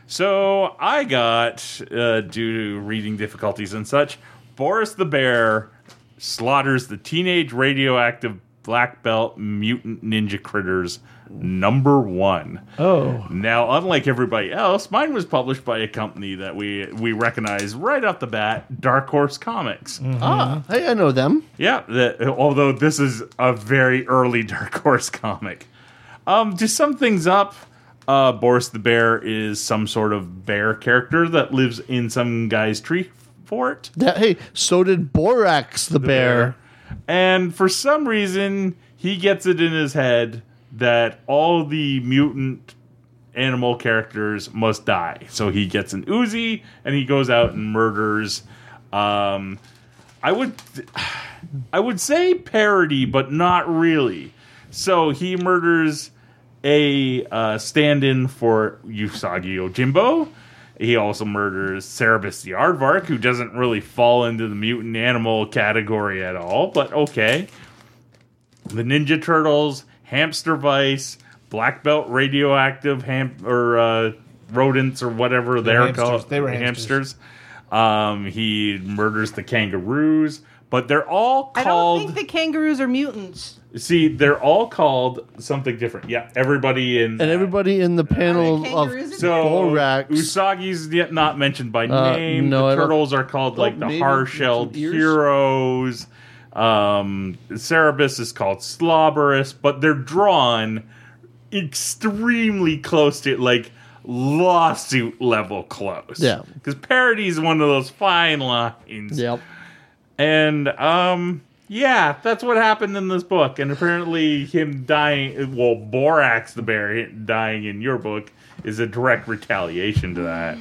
Speaker 3: So I got, uh, due to reading difficulties and such, Boris the Bear slaughters the teenage radioactive black belt mutant ninja critters number one.
Speaker 5: Oh,
Speaker 3: Now, unlike everybody else, mine was published by a company that we we recognize right off the bat, Dark Horse Comics.
Speaker 2: Ah, hey, I know them.
Speaker 3: Yeah, the, although this is a very early Dark Horse comic. Um, to sum things up, uh, Boris the Bear is some sort of bear character that lives in some guy's tree fort.
Speaker 2: That, hey, so did Borax the, bear.
Speaker 3: And for some reason, he gets it in his head that all the mutant animal characters must die. So he gets an Uzi and he goes out and murders. Um, I would, I would say parody, but not really. So he murders a uh, stand-in for Usagi Ojimbo. He also murders Cerebus the Aardvark, who doesn't really fall into the mutant animal category at all, but okay. The Ninja Turtles, Hamster Vice, Black Belt Radioactive Ham or uh, Rodents or whatever they're
Speaker 5: hamsters.
Speaker 3: called.
Speaker 5: They were
Speaker 3: hamsters. Um, he murders the kangaroos, but they're all
Speaker 4: I don't
Speaker 3: called.
Speaker 4: think the kangaroos are mutants.
Speaker 3: See, they're all called something different. Yeah, everybody in
Speaker 2: And everybody in the panel of
Speaker 4: kangaroos in
Speaker 3: so
Speaker 2: Borax.
Speaker 3: Usagi's yet not mentioned by
Speaker 2: Uh,
Speaker 3: name.
Speaker 2: no, I
Speaker 3: the
Speaker 2: don't-
Speaker 3: turtles are called like the
Speaker 2: maybe
Speaker 3: hard-shelled
Speaker 2: some ears?
Speaker 3: heroes. Um, Cerebus is called Slobberus, but they're drawn extremely close to like lawsuit level close.
Speaker 2: Yeah.
Speaker 3: because parody is one of those fine lines.
Speaker 2: Yep.
Speaker 3: And um yeah, that's what happened in this book. And apparently him dying well, Borax the bear dying in your book is a direct retaliation to that.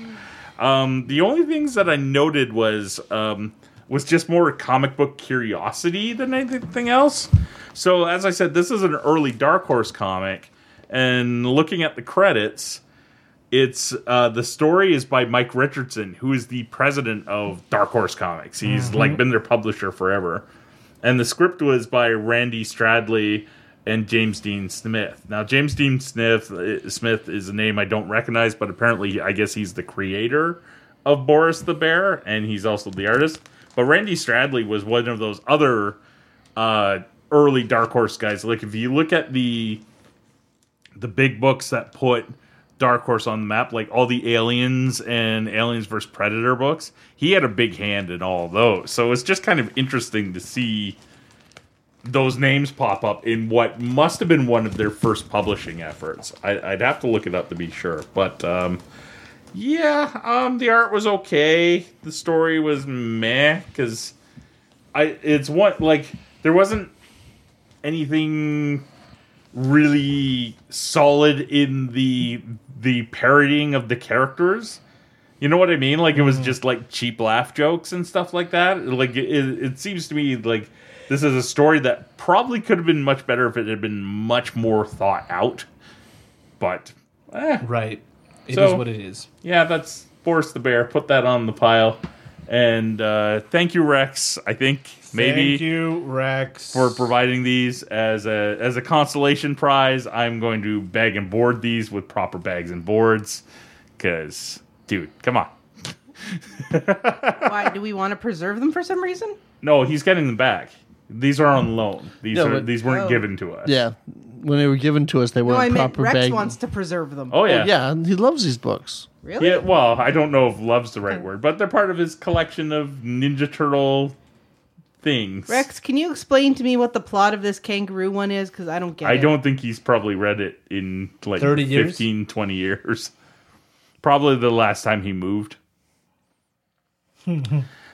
Speaker 3: Um the only things that I noted was um was just more comic book curiosity than anything else. So as I said, this is an early Dark Horse comic and looking at the credits it's uh, the story is by Mike Richardson, who is the president of Dark Horse Comics. He's like been their publisher forever, and the script was by Randy Stradley and James Dean Smith. Now, James Dean Smith uh, Smith is a name I don't recognize, but apparently, I guess he's the creator of Boris the Bear, and he's also the artist. But Randy Stradley was one of those other uh, early Dark Horse guys. Like if you look at the the big books that put Dark Horse on the map, like all the Aliens and Aliens vs Predator books, he had a big hand in all those. So it's just kind of interesting to see those names pop up in what must have been one of their first publishing efforts. I, I'd have to look it up to be sure, but um, yeah, um, the art was okay. The story was meh because I it's one like there wasn't anything really solid in the the parodying of the characters. You know what I mean? Like it was just like cheap laugh jokes and stuff like that. Like it, it, it seems to me like this is a story that probably could have been much better if it had been much more thought out. But eh,
Speaker 5: right. It is
Speaker 3: So-
Speaker 5: what it is.
Speaker 3: yeah, that's Boris the Bear. Put that on the pile. And uh, thank you, Rex. I think maybe
Speaker 5: Thank you, Rex.
Speaker 3: for providing these as a as a consolation prize. I'm going to bag and board these with proper bags and boards, because dude, come on.
Speaker 4: Why do we want to preserve them for some reason?
Speaker 3: No, he's getting them back. These are on loan. These
Speaker 2: No,
Speaker 3: are
Speaker 2: but-
Speaker 3: these weren't
Speaker 4: Oh.
Speaker 3: given to us.
Speaker 2: Yeah. When they were given to us, they were
Speaker 4: No, I
Speaker 2: in
Speaker 4: meant
Speaker 2: proper
Speaker 4: Rex
Speaker 2: bag.
Speaker 4: wants to preserve them.
Speaker 3: Oh
Speaker 2: Oh,
Speaker 3: yeah.
Speaker 2: yeah, and he loves these books.
Speaker 4: really?
Speaker 3: Yeah. Well, I don't know if "love's" the right word, but they're part of his collection of Ninja Turtle things.
Speaker 4: Rex, can you explain to me what the plot of this kangaroo one is? Because I don't get
Speaker 3: I
Speaker 4: it.
Speaker 3: don't think he's probably read it in like
Speaker 5: 30 years?
Speaker 3: 15, 20 years. Probably the last time he moved.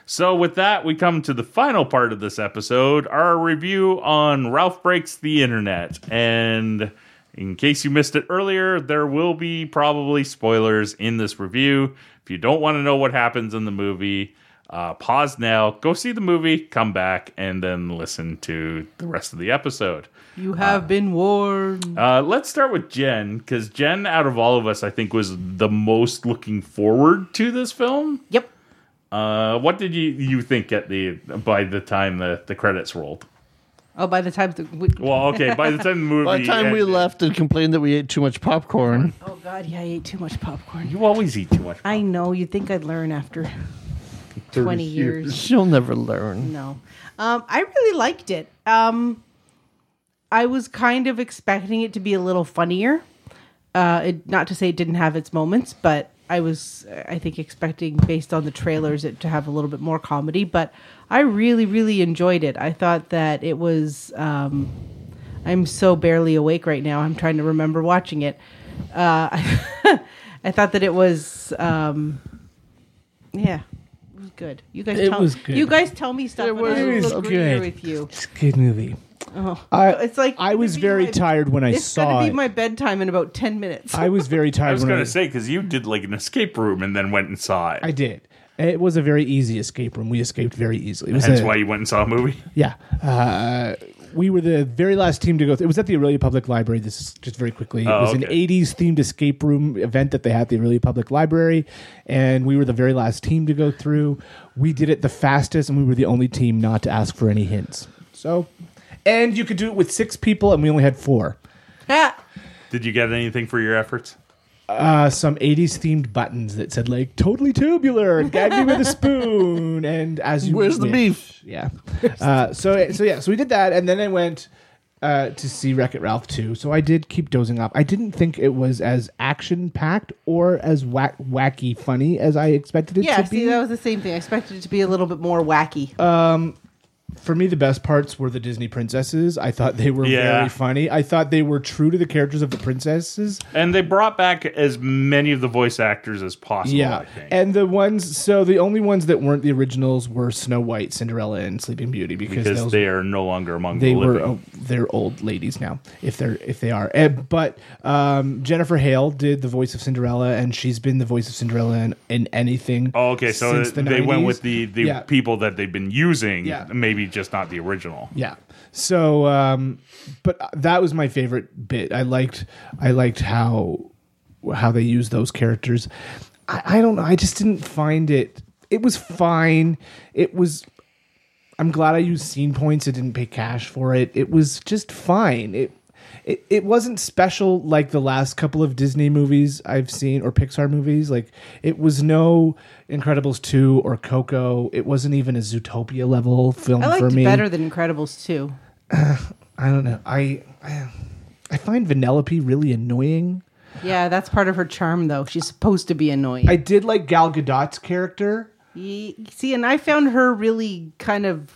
Speaker 3: so, with that, we come to the final part of this episode our review on Ralph Breaks the Internet. And in case you missed it earlier, there will be probably spoilers in this review. If you don't want to know what happens in the movie, Uh, pause now, go see the movie, come back, and then listen to the rest of the episode.
Speaker 4: You have been warned.
Speaker 3: Uh, let's start with Jen, because Jen, out of all of us, I think was the most looking forward to this film.
Speaker 4: yep.
Speaker 3: Uh, what did you, you think at the by the time the, the credits rolled?
Speaker 4: Oh, by the time the we,
Speaker 3: Well, okay, by the time the movie
Speaker 2: By the time we
Speaker 3: ended-
Speaker 2: left and complained that we ate too much popcorn,
Speaker 4: oh god, yeah, I ate too much popcorn.
Speaker 3: you always eat too much.
Speaker 4: I know. You'd think I'd learn after twenty years.
Speaker 2: she'll never learn.
Speaker 4: No, um, I really liked it. Um, I was kind of expecting it to be a little funnier. Uh, it, not to say it didn't have its moments, but I was, I think, expecting based on the trailers it to have a little bit more comedy. But I really, really enjoyed it. I thought that it was. Um, I'm so barely awake right now. I'm trying to remember watching it. Uh, I thought that it was, um, yeah, it was good. You guys,
Speaker 5: It
Speaker 4: tell,
Speaker 5: was good.
Speaker 4: you guys tell me stuff.
Speaker 2: It
Speaker 4: when I
Speaker 2: was
Speaker 4: look
Speaker 5: good.
Speaker 4: here with you. Oh.
Speaker 5: It's a good movie. I,
Speaker 4: It's like
Speaker 5: I was
Speaker 4: gonna be
Speaker 5: very
Speaker 4: my-
Speaker 5: tired when I
Speaker 4: It's
Speaker 5: saw
Speaker 4: gonna be
Speaker 5: it. Uh,
Speaker 4: my bedtime in about ten minutes.
Speaker 5: I was very tired
Speaker 3: I was
Speaker 5: when
Speaker 3: going
Speaker 5: I
Speaker 3: to say because you did like an escape room and then went and saw it.
Speaker 5: I did. It was a very easy escape room. We escaped very easily. It was
Speaker 3: That's
Speaker 5: a-
Speaker 3: why you went and saw a movie.
Speaker 5: Yeah. Uh, we were the very last team to go. Th- it was at the Aurelia Public Library. This is just very quickly.
Speaker 3: Oh,
Speaker 5: it was an
Speaker 3: okay.
Speaker 5: 80s themed escape room event that they had at the Aurelia Public Library. And we were the very last team to go through. We did it the fastest, and we were the only team not to ask for any hints. So, and you could do it with six people, and we only had four.
Speaker 4: Ah,
Speaker 3: Did you get anything for your efforts?
Speaker 5: Uh, some 80s themed buttons that said, like, totally tubular, and gag me with a spoon. And as you
Speaker 2: Where's the
Speaker 5: wish.
Speaker 2: beef?
Speaker 5: Yeah. Uh, so so yeah, so we did that, and then I went uh, to see Wreck It Ralph too. So I did keep dozing off. I didn't think it was as action packed or as whack- wacky funny as I expected it
Speaker 4: yeah,
Speaker 5: to be. Uh,
Speaker 4: see, that was the same thing. I expected it to be a little bit more wacky.
Speaker 5: For me, the best parts were the Disney princesses. I thought they were
Speaker 3: Yeah.
Speaker 5: very funny. I thought they were true to the characters of the princesses.
Speaker 3: And they brought back as many of the voice actors as possible.
Speaker 5: Yeah,
Speaker 3: Oh, I think.
Speaker 5: and the ones so the only ones that weren't the originals were Snow White, Cinderella, and Sleeping Beauty because,
Speaker 3: because
Speaker 5: those
Speaker 3: they are no longer among
Speaker 5: they
Speaker 3: the
Speaker 5: were
Speaker 3: living.
Speaker 5: oh, they're old ladies now if they're if they are Eh, but um, jennifer hale did the voice of cinderella and she's been the voice of cinderella in, in anything
Speaker 3: Oh, okay, so
Speaker 5: since the
Speaker 3: they went
Speaker 5: 90s.
Speaker 3: with the, the
Speaker 5: yeah.
Speaker 3: people that they've been using,
Speaker 5: Yeah.
Speaker 3: maybe just not the original.
Speaker 5: yeah so um, but that was my favorite bit i liked i liked how how they use those characters I, I don't know i just didn't find it it was fine it was I'm glad I used scene points. I didn't pay cash for it. It was just fine. It, it it wasn't special like the last couple of Disney movies I've seen or Pixar movies. Like it was no Incredibles two or Coco. It wasn't even a Zootopia level film
Speaker 4: I
Speaker 5: for
Speaker 4: liked
Speaker 5: me.
Speaker 4: it better than Incredibles too.
Speaker 5: I don't know. I I, I find Vanellope really annoying.
Speaker 4: Yeah, that's part of her charm, though. She's supposed to be annoying.
Speaker 5: I did like Gal Gadot's character.
Speaker 4: Ye- See, and I found her really kind of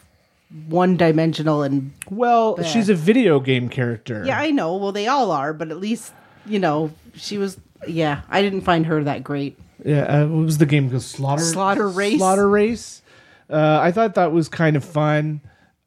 Speaker 4: one-dimensional, and
Speaker 5: Well,
Speaker 4: Bad.
Speaker 5: she's a video game character.
Speaker 4: yeah, I know. Well, they all are, but at least you know she was. Yeah, I didn't find her that great.
Speaker 5: Yeah, uh, what was the game? called? Slaughter
Speaker 4: Slaughter Race?
Speaker 5: Slaughter race. Uh, I thought that was kind of fun.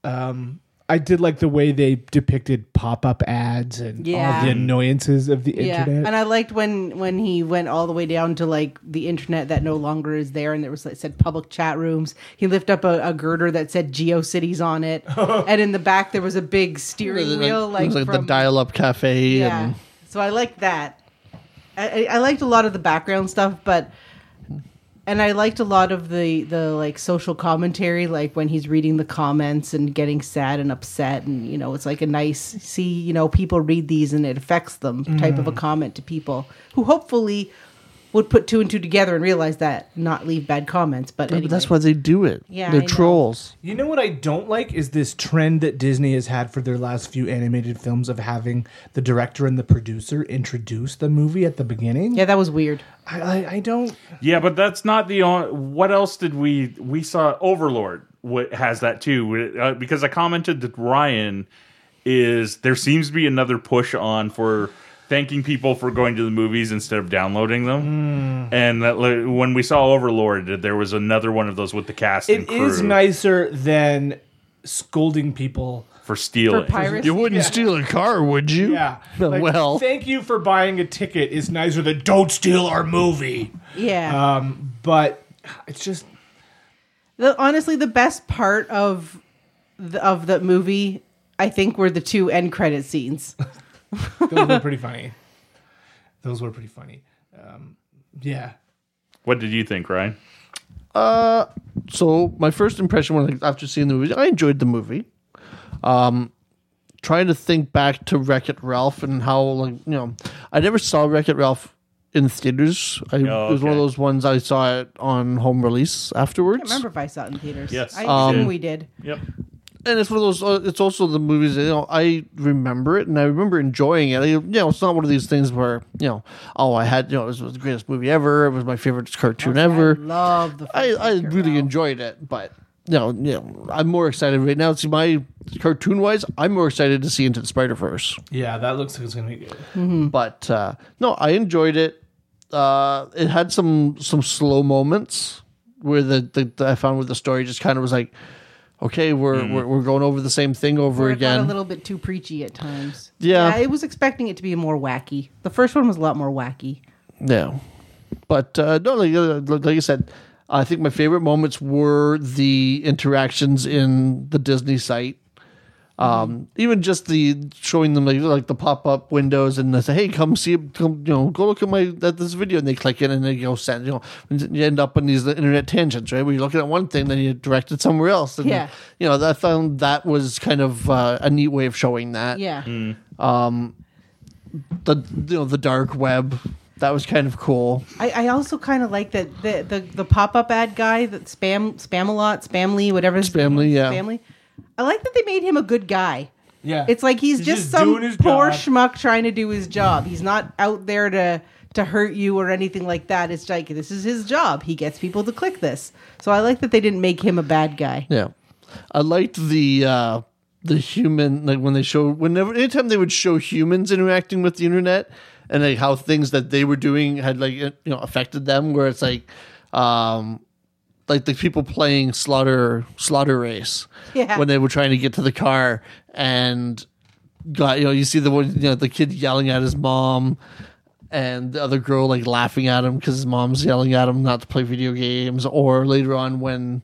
Speaker 5: Um, I did like the way they depicted pop up ads and all
Speaker 4: Yeah.
Speaker 5: the annoyances of the
Speaker 4: Yeah,
Speaker 5: internet.
Speaker 4: and I liked when when he went all the way down to like the internet that no longer is there, and there was like said public chat rooms. He lifted up a, a girder that said GeoCities on it, and in the back there was a big steering wheel,
Speaker 2: it
Speaker 4: like,
Speaker 2: was like the
Speaker 4: from-
Speaker 2: dial-up cafe
Speaker 4: Yeah.
Speaker 2: and
Speaker 4: So I liked that. I, I I liked a lot of the background stuff, but and I liked a lot of the the like social commentary, like when he's reading the comments and getting sad and upset, and you know, it's like a nice see, you know, people read these and it affects them type
Speaker 2: Mm.
Speaker 4: of a comment to people who hopefully would put two and two together and realize that not leave bad comments. But,
Speaker 2: Yeah,
Speaker 4: anyway.
Speaker 2: But that's why they do it.
Speaker 4: Yeah,
Speaker 2: they're
Speaker 4: I know.
Speaker 2: trolls.
Speaker 5: You know what I don't like is this trend that Disney has had for their last few animated films of having the director and the producer introduce the movie at the beginning.
Speaker 4: yeah, that was weird.
Speaker 5: I, I, I don't.
Speaker 3: Yeah, but that's not the only. What else did we we saw? Overlord what has that too? Uh, because I commented to Ryan, is there seems to be another push on for thanking people for going to the movies instead of downloading
Speaker 5: Hmm.
Speaker 3: them. And that like, when we saw Overlord, there was another one of those with the cast. and
Speaker 5: It
Speaker 3: crew
Speaker 5: is nicer than scolding people
Speaker 3: for stealing.
Speaker 4: For piracy.
Speaker 2: wouldn't steal a car, would you?
Speaker 5: Yeah. Like,
Speaker 2: well,
Speaker 5: thank you for buying a ticket is nicer than
Speaker 2: Uh,
Speaker 5: don't steal our movie.
Speaker 4: Yeah.
Speaker 5: Um, but it's just
Speaker 4: the honestly the best part of the, of the movie I think were the two end credit scenes.
Speaker 5: Those were pretty funny. Those were pretty funny. Um, yeah.
Speaker 3: What did you think, Ryan?
Speaker 2: So my first impression when I, after seeing the movie, I enjoyed the movie. Um, trying to think back to Wreck It Ralph and how like you know, I never saw Wreck It Ralph in theaters. I,
Speaker 3: Oh,
Speaker 2: It was one of
Speaker 3: okay.
Speaker 2: those ones I saw it on home release afterwards.
Speaker 4: I remember if I saw it in theaters.
Speaker 3: Yes,
Speaker 4: I
Speaker 3: we
Speaker 2: Um,
Speaker 4: assume
Speaker 3: did.
Speaker 4: we did.
Speaker 3: Yep.
Speaker 2: and it's one of those. Uh, it's also the movies. You know, I remember it, and I remember enjoying it. I, you know, it's not one of these things where you know, oh, I had you know, it was, the greatest movie ever. It was my favorite cartoon
Speaker 4: I
Speaker 2: ever.
Speaker 4: love the.
Speaker 2: I,
Speaker 4: first
Speaker 2: I
Speaker 4: Wreck-It
Speaker 2: really
Speaker 4: Ralph.
Speaker 2: enjoyed it, but you know, you know, I'm more excited right now. See, my cartoon wise, I'm more excited to see Into the Spider Verse.
Speaker 5: Yeah, that looks like it's gonna be good.
Speaker 2: But uh, no, I enjoyed it. Uh, it had some some slow moments where the, the, the I found where the story just kind of was like, okay, we're, we're we're going over the same thing over
Speaker 4: Where Oh, it got
Speaker 2: again.
Speaker 4: a little bit too preachy at times.
Speaker 2: Yeah.
Speaker 4: I was expecting it to be more wacky. The first one was a lot more wacky.
Speaker 2: Yeah. But uh, no, like, uh, like I said, I think my favorite moments were the interactions in the Disney site. Um, even just the showing them like, like the pop up windows and they say, hey, come see, come you know, go look at my at this video, and they click it and they go send you know, and you end up on these internet tangents, right? Where you're looking at one thing, then you're directed somewhere else, and
Speaker 4: Yeah.
Speaker 2: you know, I found that was kind of uh, a neat way of showing that
Speaker 4: Yeah.
Speaker 2: the you know the dark web that was kind of cool.
Speaker 4: I, I also kind of like that the, the, the pop up ad guy that spam spam a lot spamly whatever his-
Speaker 2: Spamly, yeah.
Speaker 4: spamly. I like that they made him a good guy.
Speaker 5: Yeah,
Speaker 4: It's like he's,
Speaker 5: He's
Speaker 4: just,
Speaker 5: just
Speaker 4: some
Speaker 5: doing his
Speaker 4: poor
Speaker 5: job.
Speaker 4: schmuck trying to do his job. He's not out there to to hurt you or anything like that. It's like this is his job. He gets people to click this. So I like that they didn't make him a bad guy.
Speaker 2: Yeah, I liked the uh, the human like when they show whenever anytime they would show humans interacting with the internet and like how things that they were doing had like it- you know affected them. Where it's like, um, like the people playing slaughter slaughter race
Speaker 4: Yeah.
Speaker 2: when they were trying to get to the car and got you know you see the one you know the kid yelling at his mom. And the other girl like laughing at him because his mom's yelling at him not to play video games. Or later on when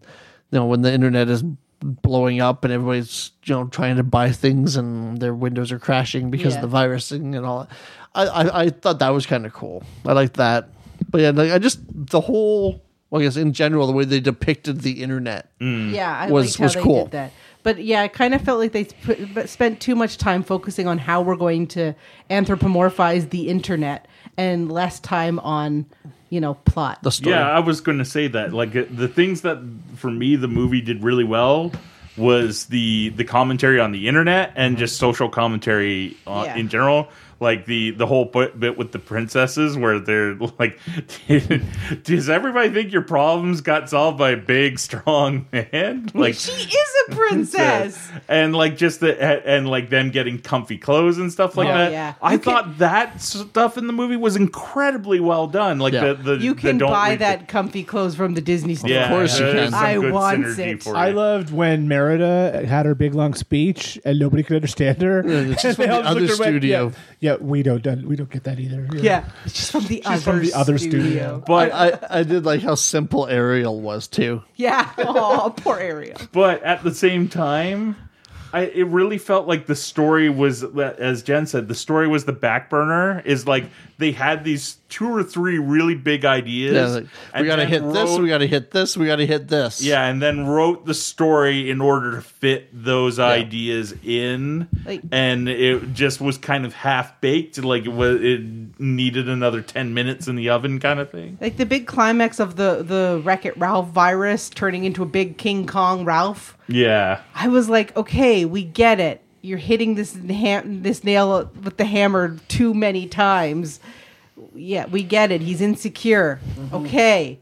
Speaker 2: you know, when the internet is blowing up and everybody's, you know, trying to buy things and their windows are crashing because
Speaker 4: Yeah.
Speaker 2: of the virusing and all that. I, I, I thought that was kind of cool. I liked that. But yeah, like, I just, the whole, well, I guess in general, the way they depicted the internet.
Speaker 3: Mm.
Speaker 4: Yeah, I
Speaker 2: Hmm. was-
Speaker 4: liked how
Speaker 2: was
Speaker 4: they
Speaker 2: cool.
Speaker 4: did that. But yeah, I kind of felt like they sp- but spent too much time focusing on how we're going to anthropomorphize the internet and less time on, you know, plot.
Speaker 2: The story.
Speaker 3: Yeah, I was going to say that. Like it- the things that for me the movie did really well was the the commentary on the internet and just social commentary uh,
Speaker 4: Yeah.
Speaker 3: in general. Like the the whole bit, bit with the princesses where they're like, does everybody think your problems got solved by a big strong man? Like
Speaker 4: she is a princess.
Speaker 3: and like just the and like them getting comfy clothes and stuff like
Speaker 4: Oh,
Speaker 3: that.
Speaker 4: yeah.
Speaker 3: I
Speaker 4: You can-
Speaker 3: thought that stuff in the movie was incredibly well done. Like
Speaker 2: Yeah.
Speaker 3: the, the
Speaker 4: you
Speaker 3: the
Speaker 4: can
Speaker 3: don't
Speaker 4: buy
Speaker 3: read the-
Speaker 4: that comfy clothes from the Disney store.
Speaker 3: yeah,
Speaker 2: course you
Speaker 3: there's
Speaker 2: can.
Speaker 3: some
Speaker 4: I
Speaker 3: good
Speaker 4: wants
Speaker 3: synergy
Speaker 4: it.
Speaker 3: For
Speaker 5: I
Speaker 3: you.
Speaker 5: loved when Merida had her big long speech and nobody could understand her.
Speaker 2: it's just
Speaker 5: And
Speaker 2: from
Speaker 5: they
Speaker 2: the
Speaker 5: all
Speaker 2: other
Speaker 5: just looked at her and
Speaker 2: studio.
Speaker 5: went, yeah, yeah, we don't done- we don't get that either.
Speaker 4: Yeah, she's from the other
Speaker 5: She's from the other studio.
Speaker 3: but
Speaker 2: I, I, I did like how simple Ariel was too.
Speaker 4: Yeah. Oh, poor Ariel.
Speaker 3: but at the same time, I it really felt like the story was as Jen said, the story was the back burner. Is like they had these two or three really big ideas.
Speaker 2: Yeah, like, we
Speaker 3: and
Speaker 2: got to
Speaker 3: then
Speaker 2: hit this.
Speaker 3: wrote-
Speaker 2: We got to hit this. We got to hit this.
Speaker 3: Yeah, and then wrote the story in order to fit those ideas in,
Speaker 4: Like-
Speaker 3: and it just was kind of half baked. Like it was, it needed another ten minutes in the oven, kind of thing.
Speaker 4: Like the big climax of the the Wreck It Ralph virus turning into a big King Kong Ralph.
Speaker 3: Yeah,
Speaker 4: I was like, okay, we get it. You're hitting this ha- this nail with the hammer too many times. Yeah, we get it. He's insecure. Okay.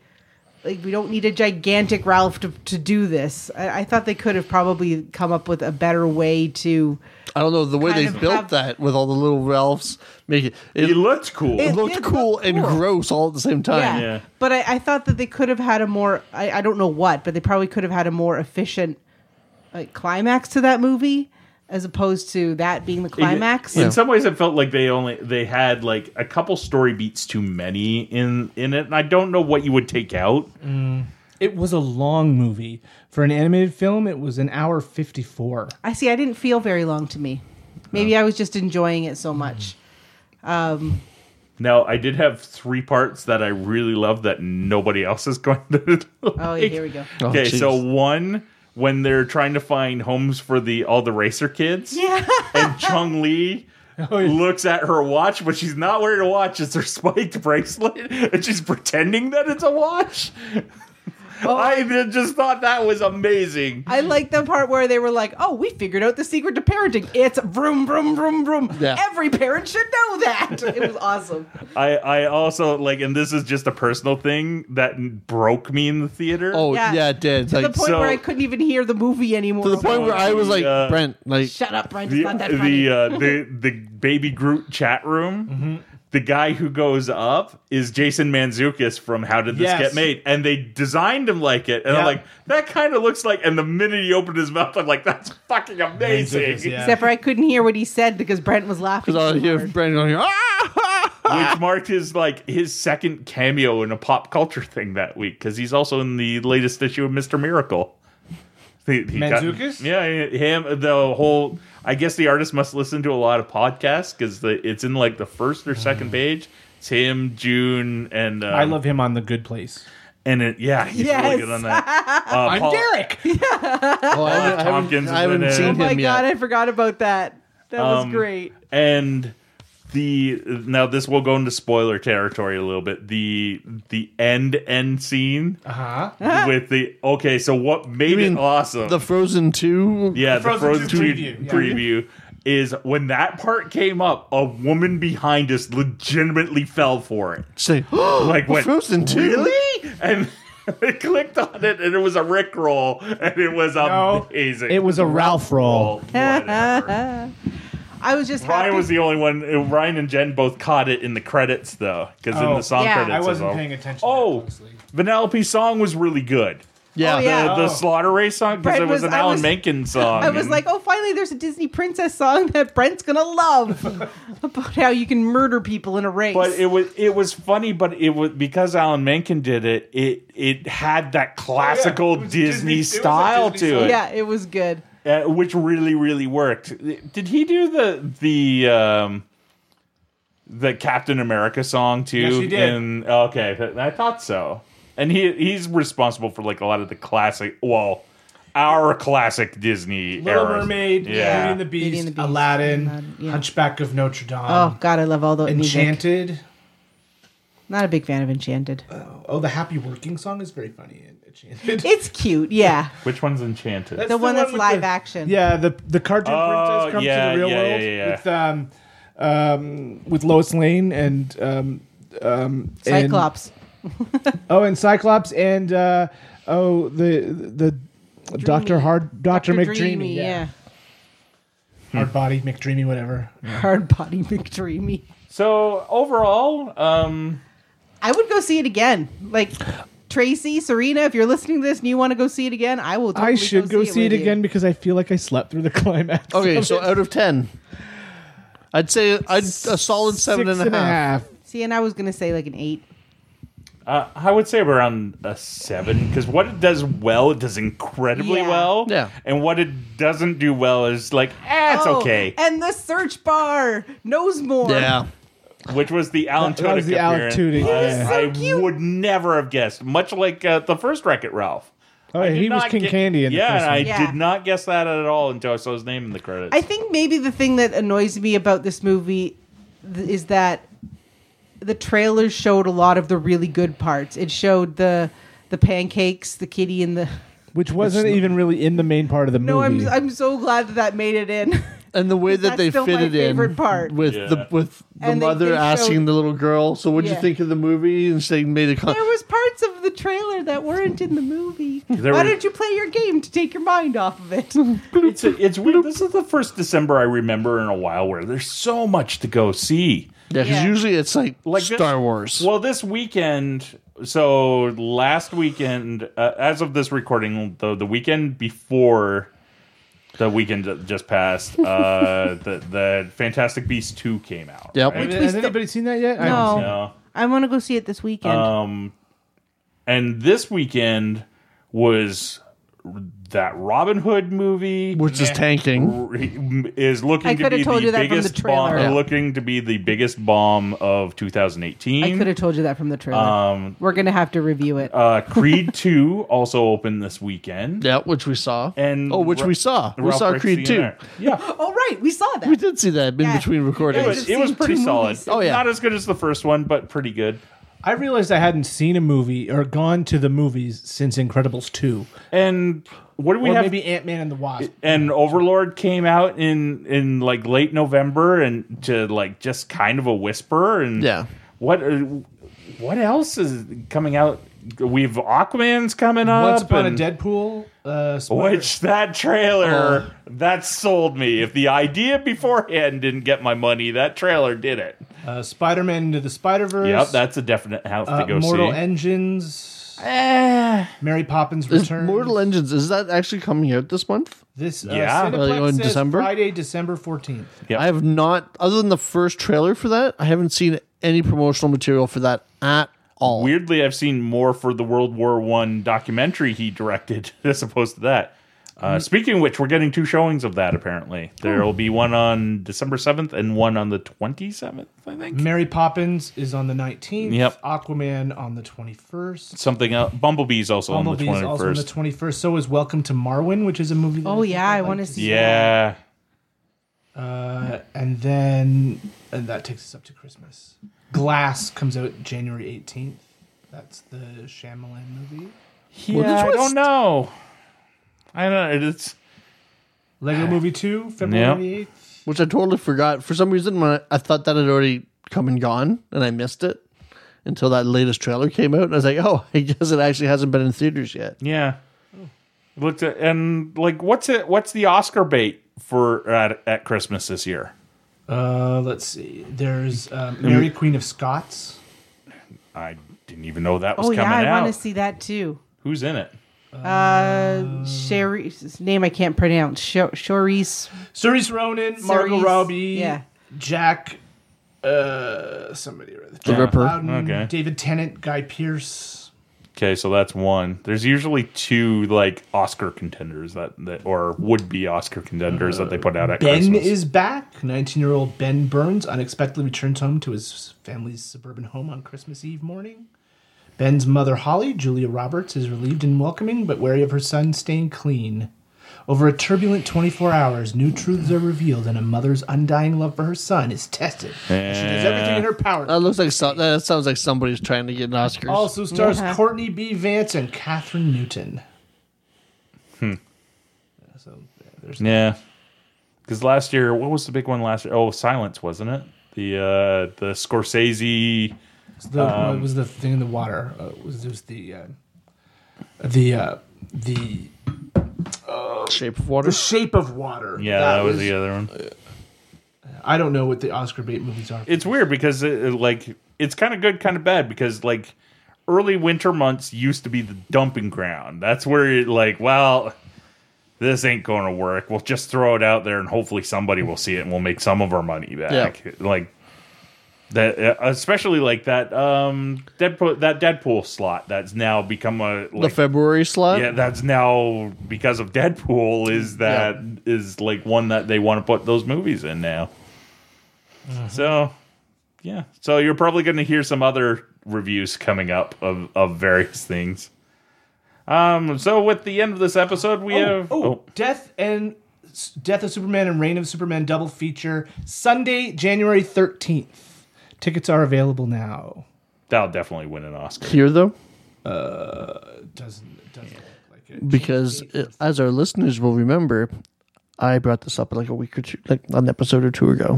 Speaker 4: Like we don't need a gigantic Ralph to, to do this. I, I thought they could have probably come up with a better way to.
Speaker 2: I don't know the way
Speaker 4: Kind
Speaker 2: they
Speaker 4: of
Speaker 2: built
Speaker 4: have-
Speaker 2: that with all the little Ralphs. Make it. It,
Speaker 3: it looked cool.
Speaker 4: It-
Speaker 2: looked
Speaker 4: did look
Speaker 2: cool and
Speaker 4: cool.
Speaker 2: gross all at the same time.
Speaker 4: Yeah.
Speaker 3: Yeah.
Speaker 4: But I, I thought that they could have had a more. I, I don't know what, but they probably could have had a more efficient like climax to that movie as opposed to that being the climax.
Speaker 3: In, in
Speaker 2: Yeah.
Speaker 3: some ways, it felt like they only they had like a couple story beats too many in in it, and I don't know what you would take out.
Speaker 5: It was a long movie for an animated film. It was an hour fifty-four.
Speaker 4: I see. I didn't feel very long to me. Maybe I was just enjoying it so much.
Speaker 3: Now I did have three parts that I really love that nobody else is going to.
Speaker 4: Oh,
Speaker 3: like.
Speaker 4: here we go.
Speaker 2: Oh,
Speaker 3: okay,
Speaker 2: jeez.
Speaker 3: so one when they're trying to find homes for the all the racer kids.
Speaker 4: Yeah.
Speaker 3: and Chung Lee.
Speaker 2: Oh,
Speaker 5: yeah.
Speaker 3: Looks at her watch, but she's not wearing a watch. It's her spiked bracelet, and she's pretending that it's a watch.
Speaker 4: Oh,
Speaker 3: I just thought that was amazing.
Speaker 4: I like the part where they were like, "Oh, we figured out the secret to parenting. It's vroom, vroom, vroom, vroom.
Speaker 2: Yeah.
Speaker 4: Every parent should know that." It was awesome.
Speaker 3: I, I also like, and this is just a personal thing that broke me in the theater.
Speaker 2: Oh yeah,
Speaker 4: Yeah.
Speaker 2: it did.
Speaker 4: To the
Speaker 2: Like,
Speaker 4: point
Speaker 3: so-
Speaker 4: where I couldn't even hear the movie anymore.
Speaker 2: to the point where I was like,
Speaker 3: Uh,
Speaker 2: Brent, like,
Speaker 4: Shut up, Brent. It's
Speaker 3: the
Speaker 4: not that funny.
Speaker 3: the, uh, the the baby Groot chat room.
Speaker 5: Mm-hmm.
Speaker 3: The guy who goes up is Jason Manzukis from How Did This
Speaker 5: Yes.
Speaker 3: Get Made, and they designed him like it. And I'm
Speaker 5: Yeah.
Speaker 3: like, that kind of looks like. And the minute he opened his mouth, I'm like, that's fucking amazing.
Speaker 5: Manzukis, yeah.
Speaker 4: Except for I couldn't hear what he said because Brent was laughing.
Speaker 2: because I
Speaker 4: so
Speaker 2: hear
Speaker 4: hard.
Speaker 2: Brent going, ah!
Speaker 3: Which marked his like his second cameo in a pop culture thing that week because he's also in the latest issue of Mister Miracle. He, he got-
Speaker 5: Manzukis?
Speaker 3: yeah, him. The whole. I guess the artist must listen to a lot of podcasts because it's in like the first or second
Speaker 2: Mm.
Speaker 3: page. It's him, June, and uh,
Speaker 5: I love him on The Good Place.
Speaker 3: and it. Yeah, he's
Speaker 4: Yes.
Speaker 3: really good on that. Uh,
Speaker 5: I'm
Speaker 3: Paul-
Speaker 5: Derek.
Speaker 2: Oh, I haven't, I haven't,
Speaker 3: Tompkins
Speaker 2: I
Speaker 3: is in
Speaker 2: haven't
Speaker 3: it.
Speaker 2: seen
Speaker 4: Oh
Speaker 2: him
Speaker 4: my
Speaker 2: yet.
Speaker 4: god, I forgot about that. That was
Speaker 3: Um,
Speaker 4: great.
Speaker 3: and the now this will go into spoiler territory a little bit the the end end scene
Speaker 5: Uh-huh.
Speaker 3: with the okay so what made
Speaker 2: mean
Speaker 3: it awesome
Speaker 2: The Frozen Two.
Speaker 3: yeah the
Speaker 5: Frozen
Speaker 3: frozen
Speaker 5: 2
Speaker 3: preview,
Speaker 5: preview, yeah.
Speaker 3: preview is when that part came up a woman behind us legitimately fell for it
Speaker 2: Say, oh,
Speaker 3: like went,
Speaker 2: Frozen Two.
Speaker 3: really and they clicked on it and it was a rick roll and it was
Speaker 5: No,
Speaker 3: amazing
Speaker 5: It was a Ralph roll.
Speaker 3: Oh, whatever.
Speaker 4: I was just happy.
Speaker 3: Ryan was the only one. uh, Ryan and Jen both caught it in the credits, though, because in
Speaker 5: Oh.
Speaker 3: the song
Speaker 4: Yeah.
Speaker 3: credits,
Speaker 4: I
Speaker 5: I
Speaker 3: as
Speaker 5: wasn't
Speaker 3: well.
Speaker 5: paying attention.
Speaker 3: Oh, Vanellope's song was really good.
Speaker 2: Yeah.
Speaker 4: Oh, yeah.
Speaker 3: The,
Speaker 5: Oh.
Speaker 3: the Slaughter Race song, because
Speaker 4: Brent
Speaker 3: it was,
Speaker 4: was-
Speaker 3: an
Speaker 4: I
Speaker 3: Alan
Speaker 4: was-
Speaker 3: Menken song.
Speaker 4: I was
Speaker 3: and-
Speaker 4: like, oh, finally, there's a Disney princess song that Brent's gonna love about how you can murder people in a race.
Speaker 3: but it was it was funny, but it was because Alan Menken did it. It it had that classical
Speaker 5: It was
Speaker 3: Disney,
Speaker 5: Disney- it was a
Speaker 3: style
Speaker 5: Disney
Speaker 3: to
Speaker 5: song.
Speaker 3: it,
Speaker 4: yeah, it was good.
Speaker 3: uh, which really really worked. Did he do the the um, the Captain America song too?
Speaker 5: Yes, he did.
Speaker 3: in- okay, I thought so. And he he's responsible for like a lot of the classic, well, our classic Disney
Speaker 5: Little
Speaker 3: eras.
Speaker 5: Mermaid, Beauty,
Speaker 3: Yeah.
Speaker 5: and the Beast,
Speaker 4: Beauty and the Beast,
Speaker 5: Aladdin,
Speaker 4: Aladdin, yeah.
Speaker 5: Hunchback of Notre Dame,
Speaker 3: Um,
Speaker 4: Oh god, I love all the music.
Speaker 5: Enchanted.
Speaker 4: Not a big fan of Enchanted.
Speaker 5: Oh, the Happy Working song is very funny in Enchanted.
Speaker 4: It's cute, yeah.
Speaker 3: Which onene's Enchanted?
Speaker 5: That's
Speaker 4: The one that's
Speaker 5: with
Speaker 4: live
Speaker 5: the-
Speaker 4: action.
Speaker 5: Yeah, the the cartoon
Speaker 3: Oh,
Speaker 5: princess comes
Speaker 3: yeah,
Speaker 5: to the real
Speaker 3: yeah,
Speaker 5: world
Speaker 3: yeah, yeah.
Speaker 5: with um, um, with Lois Lane and um, um, and-
Speaker 4: Cyclops.
Speaker 5: oh, and Cyclops and uh, oh the the Doctor Hard Doctor
Speaker 4: Dr.
Speaker 5: McDreamy, yeah. Hard Body McDreamy, whatever.
Speaker 4: yeah. Hard body McDreamy.
Speaker 3: so overall, um,
Speaker 4: I would go see it again. Like Tracy, Serena, if you're listening to this and you want to go see it again, I will. Totally
Speaker 5: I should go see, it,
Speaker 4: with you.
Speaker 5: again because I feel like I slept through the climax.
Speaker 2: Okay,
Speaker 5: of
Speaker 2: so
Speaker 5: it.
Speaker 2: out of ten, I'd say I'd a solid seven
Speaker 5: Six
Speaker 2: and a half.
Speaker 4: See, and I was gonna say like an eight.
Speaker 3: uh, I would say around a seven because what it does well, it does incredibly
Speaker 4: Yeah.
Speaker 3: well.
Speaker 2: Yeah.
Speaker 3: And what it doesn't do well is like, eh, it's
Speaker 4: Oh,
Speaker 3: okay.
Speaker 4: And the search bar knows more.
Speaker 2: Yeah,
Speaker 3: which was the Alan
Speaker 5: That
Speaker 3: Tudyk.
Speaker 5: was the Alan
Speaker 3: appearance.
Speaker 5: Tudyk,
Speaker 3: I-
Speaker 5: yeah.
Speaker 4: so
Speaker 3: I,
Speaker 4: cute.
Speaker 3: would never have guessed. Much like uh, the first Wreck It Ralph.
Speaker 5: Oh, yeah,
Speaker 3: I did
Speaker 5: he was
Speaker 3: not
Speaker 5: King
Speaker 3: get-
Speaker 5: Candy in the
Speaker 3: yeah,
Speaker 5: first
Speaker 3: and I
Speaker 5: one.
Speaker 4: Yeah.
Speaker 3: did not guess that at all until I saw his name in the credits.
Speaker 4: I think maybe the thing that annoys me about this movie th- is that the trailers showed a lot of the really good parts. It showed the the pancakes, the kitty, and the.
Speaker 5: which wasn't even really in the main part of the
Speaker 4: No,
Speaker 5: movie.
Speaker 4: I'm I'm so glad that that made it in.
Speaker 2: and the way that
Speaker 4: That's
Speaker 2: they
Speaker 4: still
Speaker 2: fit
Speaker 4: my
Speaker 2: it in
Speaker 4: favorite part.
Speaker 2: with
Speaker 3: Yeah.
Speaker 2: the with the
Speaker 4: And they-
Speaker 2: mother
Speaker 4: they
Speaker 2: asking
Speaker 4: showed-
Speaker 2: the little girl, "So what'd
Speaker 4: Yeah.
Speaker 2: you think of the movie?" and she made a con-
Speaker 4: there was parts of the trailer that weren't in the movie.
Speaker 3: There
Speaker 4: Why
Speaker 3: were-
Speaker 4: don't you play your game to take your mind off of it?
Speaker 3: it's it's weird. This is the first December I remember in a while where there's so much to go see.
Speaker 2: yeah, because
Speaker 4: Yeah.
Speaker 2: usually it's like,
Speaker 3: Like this-
Speaker 2: Star Wars.
Speaker 3: Well, this weekend. So last weekend, uh, as of this recording, the the weekend before the weekend that just passed, uh, the the Fantastic Beasts two came out.
Speaker 2: Yep.
Speaker 3: right?
Speaker 4: Oh,
Speaker 5: Has anybody seen that yet? I haven't
Speaker 4: No.
Speaker 5: seen it.
Speaker 3: No.
Speaker 4: I want to go see it this weekend.
Speaker 3: Um, And this weekend was that Robin Hood movie,
Speaker 2: Which is tanking.
Speaker 3: is looking
Speaker 4: I
Speaker 3: to
Speaker 4: coulda
Speaker 3: be
Speaker 4: told
Speaker 3: the
Speaker 4: you that from the
Speaker 3: biggest
Speaker 4: trailer.
Speaker 3: bomb.
Speaker 4: Yeah.
Speaker 3: Looking to be the biggest bomb of 2018.
Speaker 4: I could have told you that from the trailer.
Speaker 3: Um,
Speaker 4: We're gonna have to review it.
Speaker 3: uh, Creed 2 also opened this weekend.
Speaker 2: Yeah, which we saw.
Speaker 3: And
Speaker 2: oh, which
Speaker 3: Ra-
Speaker 2: we saw. We
Speaker 3: Ralph
Speaker 2: saw
Speaker 3: Breaks
Speaker 2: Creed
Speaker 3: the
Speaker 2: two.
Speaker 3: Internet. Yeah.
Speaker 4: oh right, we saw that.
Speaker 2: We did see that in
Speaker 4: Yeah.
Speaker 2: between recordings.
Speaker 3: It
Speaker 4: It
Speaker 3: was,
Speaker 4: just
Speaker 3: it was
Speaker 4: seemed
Speaker 3: pretty
Speaker 4: two
Speaker 3: solid.
Speaker 4: movies.
Speaker 2: Oh, yeah.
Speaker 3: Not as good as the first one, but pretty good.
Speaker 5: I realized I hadn't seen a movie or gone to the movies since Incredibles two,
Speaker 3: And what do we
Speaker 5: or
Speaker 3: have?
Speaker 5: maybe Ant Man and the Wasp.
Speaker 3: and Overlord came out in in like late November and to like just kind of a whisper and
Speaker 2: Yeah.
Speaker 3: What uh, what else is coming out? We've Aquaman's coming up.
Speaker 5: Once upon a
Speaker 3: and-
Speaker 5: Deadpool, uh, Spider-
Speaker 3: Which that trailer that sold me. If the idea beforehand didn't get my money, that trailer did it.
Speaker 5: uh, Spider Man into the Spider Verse.
Speaker 3: Yep, that's a definite house
Speaker 5: uh,
Speaker 3: to go
Speaker 5: Mortal
Speaker 3: see. Eh.
Speaker 5: Engines. Mary Poppins
Speaker 2: Is
Speaker 5: Returns.
Speaker 2: Mortal Engines is that actually coming out this month?
Speaker 5: This uh,
Speaker 3: Yeah.
Speaker 5: Cineplex
Speaker 2: Uh, in
Speaker 5: says
Speaker 2: December?
Speaker 5: Friday, December fourteenth.
Speaker 3: Yep.
Speaker 2: I have not, other than the first trailer for that, I haven't seen any promotional material for that at all.
Speaker 3: Weirdly, I've seen more for the World War One documentary he directed as opposed to that. Uh, speaking of which, we're getting two showings of that. Apparently, there will be one on December seventh and one on the twenty seventh. I think
Speaker 5: Mary Poppins is on the nineteenth.
Speaker 3: Yep.
Speaker 5: Aquaman on the twenty first.
Speaker 3: something else. Bumblebee's also
Speaker 5: Bumblebee
Speaker 3: on
Speaker 5: is
Speaker 3: the twenty
Speaker 5: also on the
Speaker 3: first.
Speaker 5: twenty first. So is Welcome to Marwin, which is a movie. That
Speaker 4: oh yeah, I
Speaker 5: like
Speaker 4: want to see.
Speaker 3: Yeah,
Speaker 5: Uh, and then and that takes us up to Christmas. Glass comes out January 18th. That's the Shyamalan movie.
Speaker 3: yeah. I don't know. I don't. It's Ah.
Speaker 5: Lego Movie 2, February 8th.
Speaker 2: which I totally forgot. For some reason, when I, I thought that had already come and gone, and I missed it until that latest trailer came out, and I was like, "Oh, I guess it actually hasn't been in theaters yet."
Speaker 3: Yeah. Looked at, and like what's it what's the Oscar bait for at, at Christmas this year?
Speaker 5: Uh, let's see. There's um, Mary Queen of Scots.
Speaker 3: I didn't even know that was
Speaker 4: Oh yeah,
Speaker 3: coming
Speaker 4: I want to
Speaker 3: out.
Speaker 4: see that too.
Speaker 3: Who's in it?
Speaker 4: Uh, Sherry's name I can't pronounce. Sharice.
Speaker 5: Cerise Ronan, Margot
Speaker 4: Cerise,
Speaker 5: Robbie,
Speaker 4: yeah.
Speaker 5: Jack, uh, somebody or other.
Speaker 2: The
Speaker 5: Jack
Speaker 2: Ripper.
Speaker 5: Loudon,
Speaker 3: Okay.
Speaker 5: David Tennant, Guy Pierce.
Speaker 3: Okay, so that's one. There's usually two like Oscar contenders that, that or would be Oscar contenders that they put out at
Speaker 5: Ben
Speaker 3: Christmas.
Speaker 5: is back. 19 year old Ben Burns unexpectedly returns home to his family's suburban home on Christmas Eve morning. Ben's mother, Holly, Julia Roberts, is relieved and welcoming, but wary of her son staying clean. Over a turbulent 24 hours, new truths are revealed, and a mother's undying love for her son is tested. And She does everything in her power.
Speaker 4: Uh,
Speaker 2: That looks like so, that sounds like somebody's trying to get an Oscars.
Speaker 5: also stars
Speaker 4: Yeah.
Speaker 5: Courtney B. Vance and Catherine Newton. Hmm. So yeah, there's
Speaker 3: yeah. Because last year, what was the big one last year? Oh, Silence, wasn't it? The uh the Scorsese
Speaker 5: the
Speaker 3: Um,
Speaker 5: what was the thing in the water? Uh, it was it was the uh, the uh, the
Speaker 2: Shape of Water.
Speaker 5: the Shape of Water.
Speaker 3: Yeah, that, was, the uh, other one.
Speaker 5: I don't know what the Oscar bait movies are.
Speaker 3: it's weird because it, it, like it's kind of good, kind of bad because like early winter months used to be the dumping ground. That's where you're like, well, this ain't going to work. We'll just throw it out there and hopefully somebody will see it and we'll make some of our money back. Like that, uh, especially like that um Deadpool that Deadpool slot that's now become a
Speaker 2: the
Speaker 3: like,
Speaker 2: February slot.
Speaker 3: yeah, that's now because of Deadpool is that is like one that they want to put those movies in now.
Speaker 2: Mm-hmm.
Speaker 3: So, yeah. So you're probably going to hear some other reviews coming up of of various things. Um so with the end of this episode we
Speaker 5: oh,
Speaker 3: have
Speaker 5: oh, Death and Death of Superman and Reign of Superman double feature Sunday, January thirteenth. Tickets are available now.
Speaker 3: that'll definitely win an Oscar.
Speaker 2: Here though,
Speaker 5: It doesn't it doesn't look like it.
Speaker 2: because uh as our listeners will remember, I brought this up like a week or two, like an episode or two ago.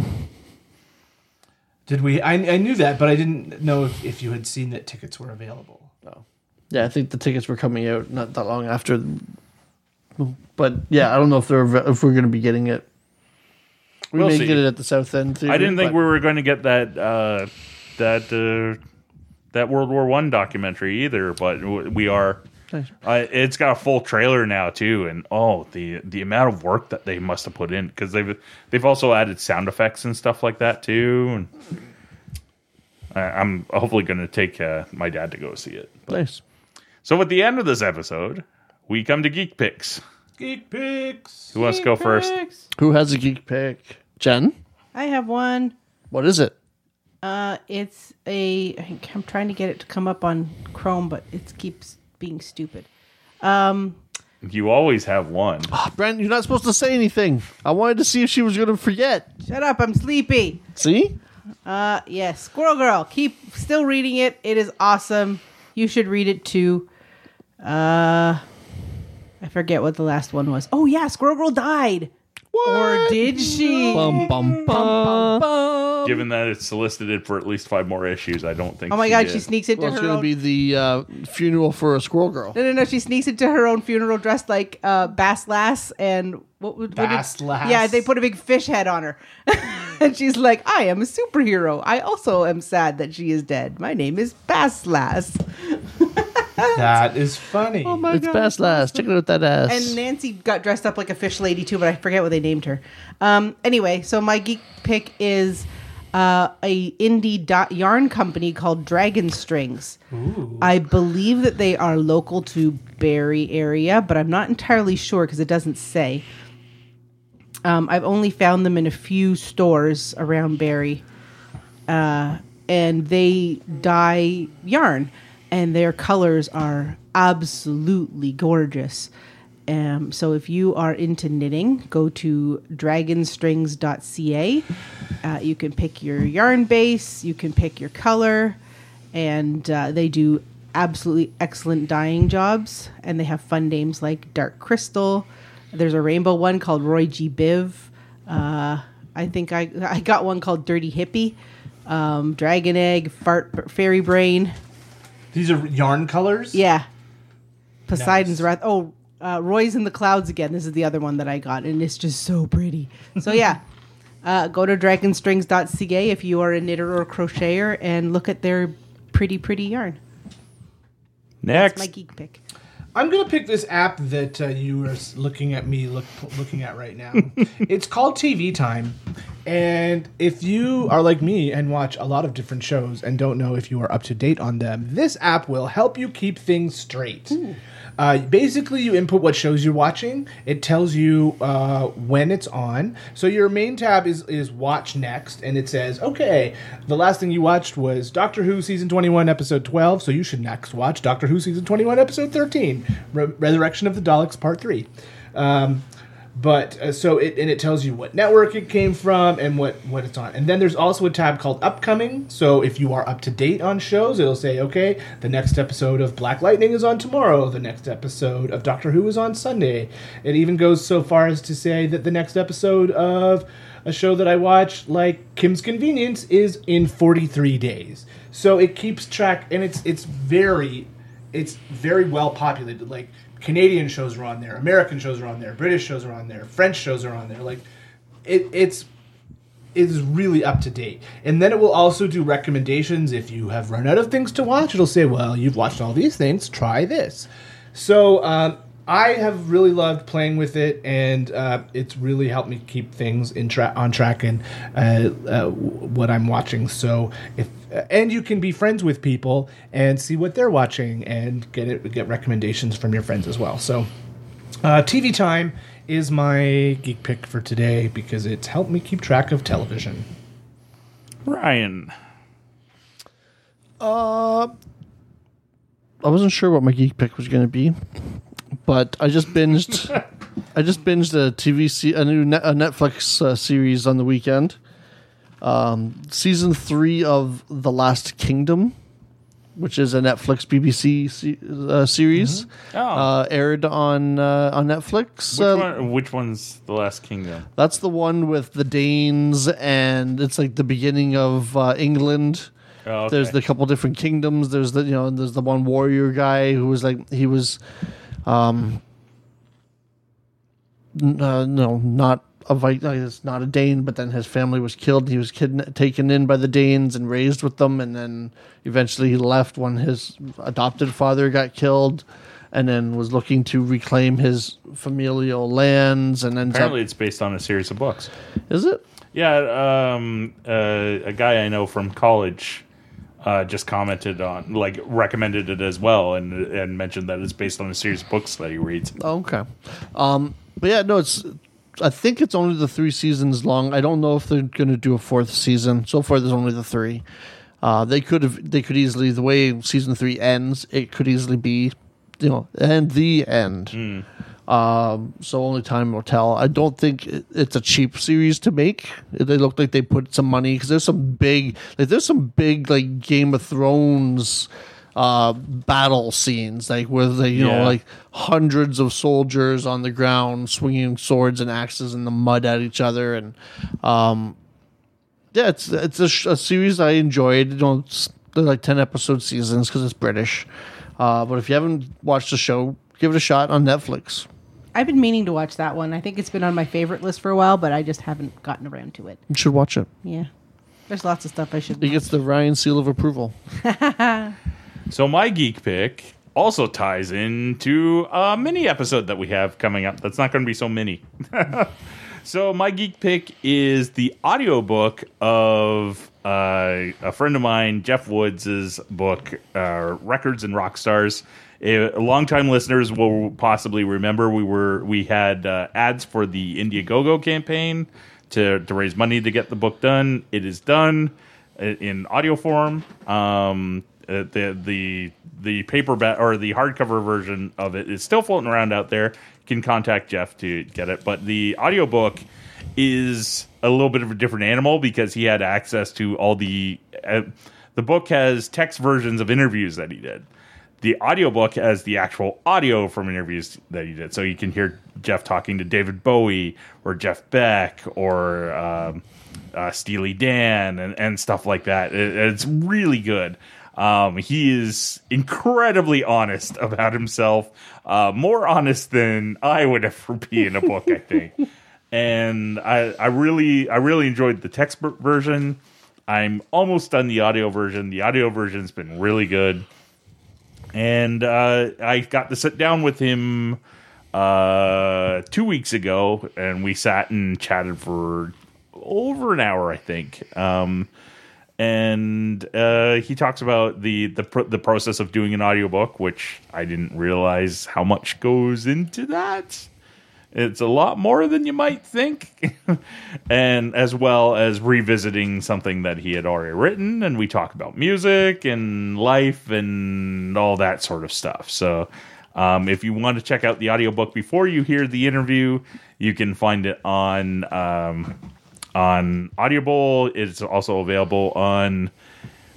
Speaker 5: Did we? I, I knew that, but I didn't know if, if you had seen that tickets were available.
Speaker 2: Yeah, I think the tickets were coming out not that long after. But yeah, I don't know if they're av- if we're going to be getting it. We
Speaker 3: We'll
Speaker 2: may
Speaker 3: see.
Speaker 2: get it at the South End. Theater,
Speaker 3: I didn't think
Speaker 2: but-
Speaker 3: we were going to get that uh that uh that World War 1 documentary either, but w- we are
Speaker 2: Nice.
Speaker 3: Uh, it's got a full trailer now too, and oh, the the amount of work that they must have put in because they've they've also added sound effects and stuff like that too. And I, I'm hopefully going to take uh, my dad to go see it.
Speaker 2: Nice.
Speaker 3: So at the end of this episode, we come to Geek Picks.
Speaker 5: Geek picks.
Speaker 3: Who wants to go first?
Speaker 2: Who has a geek pick? Jen?
Speaker 4: I have one.
Speaker 2: What is it?
Speaker 4: Uh, it's a. I think I'm trying to get it to come up on Chrome, but it keeps being stupid. Um,
Speaker 3: You always have one.
Speaker 2: Ah, Brent, you're not supposed to say anything. I wanted to see if she was going to forget.
Speaker 4: shut up! I'm sleepy.
Speaker 2: See?
Speaker 4: Uh, yes, Squirrel Girl. Keep still reading it. It is awesome. You should read it too. Uh, I forget what the last one was. Oh yeah, Squirrel Girl died, or did she?
Speaker 2: Bum, bum, bum.
Speaker 3: Given that it's solicited for at least five more issues, I don't think.
Speaker 4: Um, Oh my god,
Speaker 3: did.
Speaker 4: she sneaks into
Speaker 2: Well, it's
Speaker 4: her
Speaker 2: going
Speaker 4: own.
Speaker 2: to be the uh, funeral for a squirrel girl.
Speaker 4: no, no, no. She sneaks into her own funeral dressed like uh, Bass Lass, and what would what did-
Speaker 5: Bass Lass.
Speaker 4: Yeah, they put a big fish head on her, and she's like, "I am a superhero. I also am sad that she is dead. My name is Bass Lass."
Speaker 5: Oh That is funny.
Speaker 4: Oh my
Speaker 2: It's
Speaker 4: god.
Speaker 2: best last. Check it out that ass.
Speaker 4: And Nancy got dressed up like a fish lady too, but I forget what they named her. Um, anyway, so my geek pick is uh, a indie dot yarn company called Dragon Strings. I believe that they are local to Barrie area, but I'm not entirely sure because it doesn't say. Um, I've only found them in a few stores around Barrie and they dye yarn, and their colors are absolutely gorgeous. Um, so if you are into knitting, go to dragonstrings.ca. Uh, you can pick your yarn base, you can pick your color, and uh, they do absolutely excellent dyeing jobs. And they have fun names like Dark Crystal. There's a rainbow one called Roy G. Biv. Uh, I think I I got one called Dirty Hippie um, dragon egg, fart, fairy brain.
Speaker 5: These are yarn colors.
Speaker 4: Yeah, Poseidon's
Speaker 5: Nice.
Speaker 4: wrath. Oh, uh, Roy's in the clouds again. This is the other one that I got, and it's just so pretty. So yeah, uh, go to dragonstrings.ca if you are a knitter or crocheter, and look at their pretty, pretty yarn. That's
Speaker 3: Next,
Speaker 4: my geek pick.
Speaker 5: I'm gonna pick this app that uh, you were s- looking at me look, looking at right now. it's called TV Time, and if you are like me and watch a lot of different shows and don't know if you are up to date on them, this app will help you keep things straight. Uh, basically, you input what shows you're watching. It tells you uh, when it's on. So your main tab is is Watch Next, and it says, okay, the last thing you watched was Doctor Who season 21, episode 12. So you should next watch Doctor Who season 21, episode 13, Re- Resurrection of the Daleks, part three. Um, but uh, so it and it tells you what network it came from and what what it's on. And then there's also a tab called upcoming. So if you are up to date on shows, it'll say, okay, the next episode of Black Lightning is on tomorrow. The next episode of Doctor Who is on Sunday. It even goes so far as to say that the next episode of a show that I watch, like Kim's Convenience, is in 43 days. So it keeps track, and it's it's very it's very well populated. Like Canadian shows are on there, American shows are on there, British shows are on there, French shows are on there. Like it, it's it is really up to date. And then it will also do recommendations if you have run out of things to watch. It'll say, "Well, you've watched all these things. Try this." So um, I have really loved playing with it, and uh, it's really helped me keep things in tra- on track and uh, uh, w- what I'm watching. So if uh, and you can be friends with people and see what they're watching and get it get recommendations from your friends as well. So uh, TV time is my geek pick for today because it's helped me keep track of television.
Speaker 3: Ryan.
Speaker 2: I wasn't sure what my geek pick was going to be, but I just binged. I just binged a TV se- a new net, a Netflix uh, series on the weekend. Um, season three of The Last Kingdom, which is a Netflix BBC se- uh, series,
Speaker 3: Oh.
Speaker 2: uh, aired on uh, on Netflix.
Speaker 3: Which,
Speaker 2: uh,
Speaker 3: one, which one's the Last Kingdom?
Speaker 2: That's the one with the Danes, and it's like the beginning of uh, England.
Speaker 3: Oh, okay.
Speaker 2: There's the couple different kingdoms. There's the you know there's the one warrior guy who was like he was, um, n- uh, no, not a Viking, it's not a Dane, but then his family was killed. He was kidna- taken in by the Danes and raised with them, and then eventually he left when his adopted father got killed. And then was looking to reclaim his familial lands, and ends
Speaker 3: Apparently, it's based on a series of books.
Speaker 2: up. Is it?
Speaker 3: Yeah, um, uh, a guy I know from college uh, just commented on, like, recommended it as well, and and mentioned that it's based on a series of books that he reads.
Speaker 2: Oh, Okay. Um, but yeah, no, it's. I think it's only the three seasons long. I don't know if they're going to do a fourth season. So far, there's only the three. Uh, they could have. They could easily. The way season three ends, it could easily be, you know, and the end. Um, so only time will tell. I don't think it- it's a cheap series to make. They look like they put some money because there's some big, like there's some big like Game of Thrones uh battle scenes like where they you know
Speaker 3: Yeah.
Speaker 2: like hundreds of soldiers on the ground swinging swords and axes in the mud at each other and um yeah it's it's a, sh- a series i enjoyed you know it's, they're like 10 episode seasons because it's british uh but if you haven't watched the show give it a shot on netflix
Speaker 4: I've been meaning to watch that one. I think it's been on my favorite list for a while, but I just haven't gotten around to it.
Speaker 2: You should watch it.
Speaker 4: Yeah. There's lots of stuff I should
Speaker 2: It gets the Ryan seal of approval.
Speaker 3: So my geek pick also ties into a mini episode that we have coming up. That's not going to be so mini. so my geek pick is the audiobook of uh, a friend of mine, Jeff Woods' book, uh, Records and Rock Stars. Eh, Longtime listeners will possibly remember we were we had uh, ads for the Indiegogo campaign to to raise money to get the book done. It is done i- in audio form. Um, uh, the the the paperback or the hardcover version of it is still floating around out there. You can contact Jeff to get it, but the audiobook is a little bit of a different animal because he had access to all the uh, the book has text versions of interviews that he did. The audiobook has the actual audio from interviews that he did, so you can hear Jeff talking to David Bowie or Jeff Beck or um, uh, Steely Dan and, and stuff like that. It- it's really good. Um, he is incredibly honest about himself, uh, more honest than I would ever be in a book, I think. And I, I really, I really enjoyed the text ver- version. I'm almost done the audio version. The audio version's been really good and uh, I got to sit down with him uh, two weeks ago, and we sat and chatted for over an hour, I think. Um, and uh, he talks about the the pr- the process of doing an audiobook, which I didn't realize how much goes into that. It's a lot more than you might think, and as well as revisiting something that he had already written. And we talk about music and life and all that sort of stuff. So, um, if you want to check out the audiobook before you hear the interview, you can find it on um, on Audible. It's also available on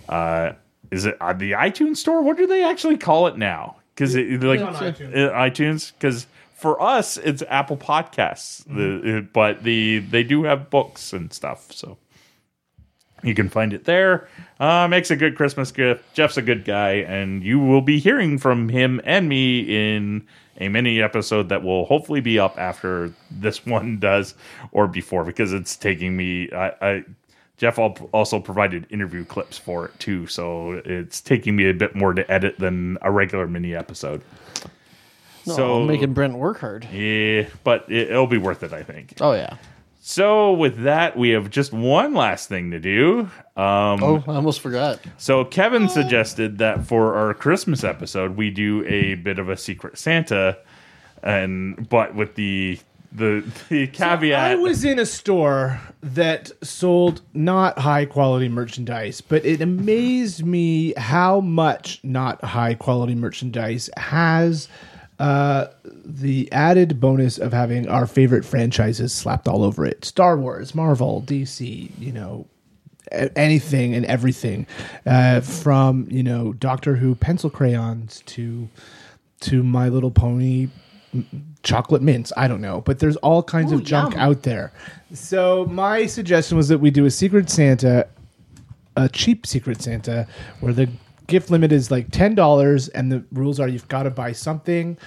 Speaker 3: uh, is it on the iTunes store? What do they actually call it now? Because it like
Speaker 5: on iTunes.
Speaker 3: uh, iTunes. Because for us, it's Apple Podcasts.
Speaker 5: Mm-hmm.
Speaker 3: The, it- but the they do have books and stuff, so you can find it there. Uh, makes a good Christmas gift. Jeff's a good guy, and you will be hearing from him and me in a mini episode that will hopefully be up after this one does or before because it's taking me. I, I Jeff al- also provided interview clips for it too, so it's taking me a bit more to edit than a regular mini episode.
Speaker 2: So making Brent work hard.
Speaker 3: yeah, but it, it'll be worth it, I think.
Speaker 2: Oh yeah.
Speaker 3: So with that, we have just one last thing to do. Um,
Speaker 2: Oh, I almost forgot.
Speaker 3: so
Speaker 5: Oh.
Speaker 3: Kevin suggested that for our Christmas episode, we do a bit of a Secret Santa, and but with the the the caveat.
Speaker 5: I was in a store that sold not high quality merchandise, but it amazed me how much not high quality merchandise has uh, the added bonus of having our favorite franchises slapped all over it Star Wars, Marvel, DC, you know, a- anything and everything uh, from, you know, Doctor Who pencil crayons to to My Little Pony chocolate mints. I don't know, but there's all kinds
Speaker 4: Ooh,
Speaker 5: of junk
Speaker 4: yum.
Speaker 5: out there. So my suggestion was that we do a Secret Santa, a cheap Secret Santa, where the gift limit is like ten dollars, and the rules are you've got to buy something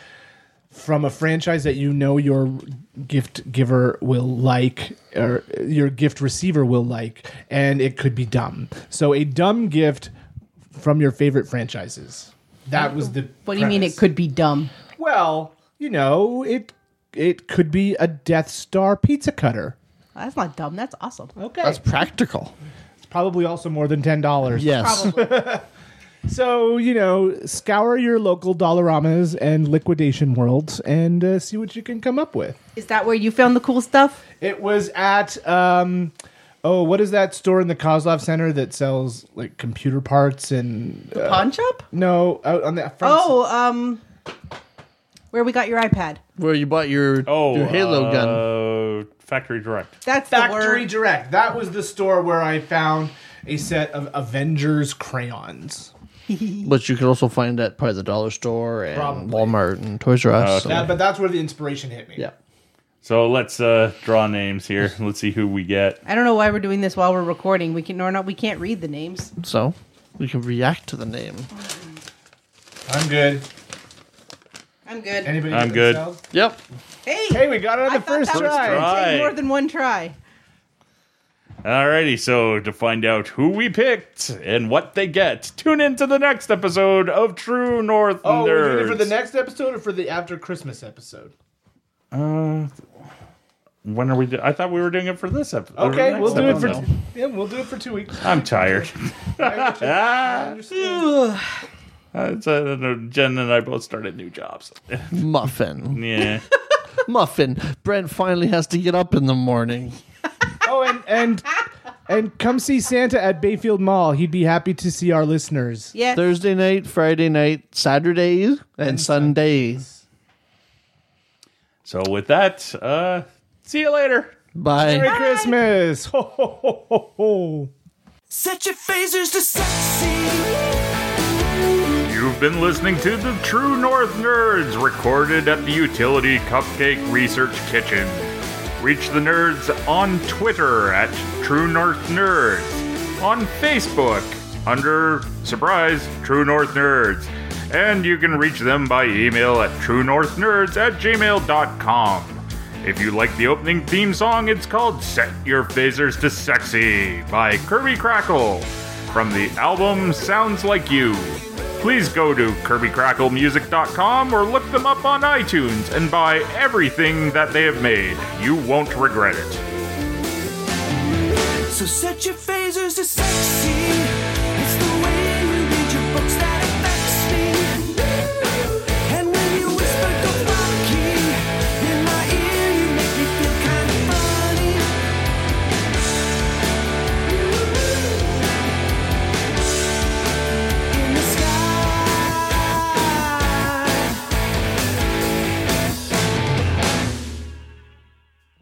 Speaker 5: from a franchise that you know your gift giver will like or your gift receiver will like and it could be dumb so a dumb gift from your favorite franchises that was the
Speaker 4: What do you mean
Speaker 5: premise.
Speaker 4: it could be dumb?
Speaker 5: Well, you know, it it could be a Death Star pizza cutter.
Speaker 4: That's not dumb. That's awesome.
Speaker 5: Okay.
Speaker 2: That's practical.
Speaker 5: probably also more than ten dollars.
Speaker 2: Yes.
Speaker 4: Probably.
Speaker 5: So you know, scour your local Dollaramas and Liquidation Worlds and uh, see what you can come up with.
Speaker 4: Is that where you found the cool stuff?
Speaker 5: It was at um, oh, what is that store in the Kozlov Center that sells like computer parts and
Speaker 4: The pawn shop?
Speaker 5: no out on that front.
Speaker 4: Oh, um, where we got your iPad.
Speaker 2: Where you bought your,
Speaker 3: Oh,
Speaker 2: your Halo
Speaker 3: uh,
Speaker 2: gun.
Speaker 3: Factory Direct.
Speaker 4: That's the
Speaker 5: Factory
Speaker 4: word.
Speaker 5: Direct. That was the store where I found a set of Avengers crayons.
Speaker 2: But you can also find that probably the dollar store and
Speaker 5: Probably.
Speaker 2: Walmart and Toys R Us. so-
Speaker 5: That, but that's where the inspiration hit me.
Speaker 2: yeah.
Speaker 3: So let's uh, draw names here. Let's see who we get.
Speaker 4: I don't know why we're doing this while we're recording. We can or not. We can't read the names.
Speaker 2: So we can react to the name.
Speaker 5: I'm good.
Speaker 4: I'm good.
Speaker 5: Anybody?
Speaker 3: I'm
Speaker 5: get
Speaker 3: good.
Speaker 5: themselves?
Speaker 2: Yep.
Speaker 4: hey,
Speaker 5: Hey, we got it on
Speaker 4: I
Speaker 5: the
Speaker 4: thought
Speaker 5: first
Speaker 4: that was
Speaker 5: try.
Speaker 4: gonna
Speaker 3: Try.
Speaker 4: Take more than one try.
Speaker 3: Alrighty, so to find out who we picked and what they get, tune in to the next episode of True North
Speaker 5: Oh, we're doing
Speaker 3: Nerds.
Speaker 5: it for the next episode or for the after Christmas episode?
Speaker 3: Uh, when are we? Do- I thought we were doing it for this episode.
Speaker 5: Okay, we'll do it for
Speaker 3: i
Speaker 5: yeah, we'll do it for two weeks.
Speaker 3: I'm tired.
Speaker 5: I understand.
Speaker 3: It's, uh, Jen and I both started new jobs.
Speaker 2: Muffin.
Speaker 3: yeah.
Speaker 2: Muffin. Brent finally has to get up in the morning.
Speaker 5: oh, and and and come see Santa at Bayfield Mall. He'd be happy to see our listeners.
Speaker 4: Yeah.
Speaker 2: Thursday night, Friday night, Saturday, and, Sunday.
Speaker 3: So with that, uh, see you later.
Speaker 2: Bye.
Speaker 5: Merry Christmas! Ho, ho, ho, ho, ho.
Speaker 1: Set your phasers to sexy.
Speaker 3: You've been listening to the True North Nerds, recorded at the Utility Cupcake Research Kitchen. Reach the nerds on Twitter at True North Nerds, on Facebook under Surprise True North Nerds, and you can reach them by email at truenorthnerds at gmail.com. If you like the opening theme song, it's called Set Your Phasers to Sexy by Kirby Crackle from the album Sounds Like You. Please go to KirbyCracklemusic.com or look them up on iTunes and buy everything that they have made. You won't regret it.
Speaker 1: So set your phasers to sexy.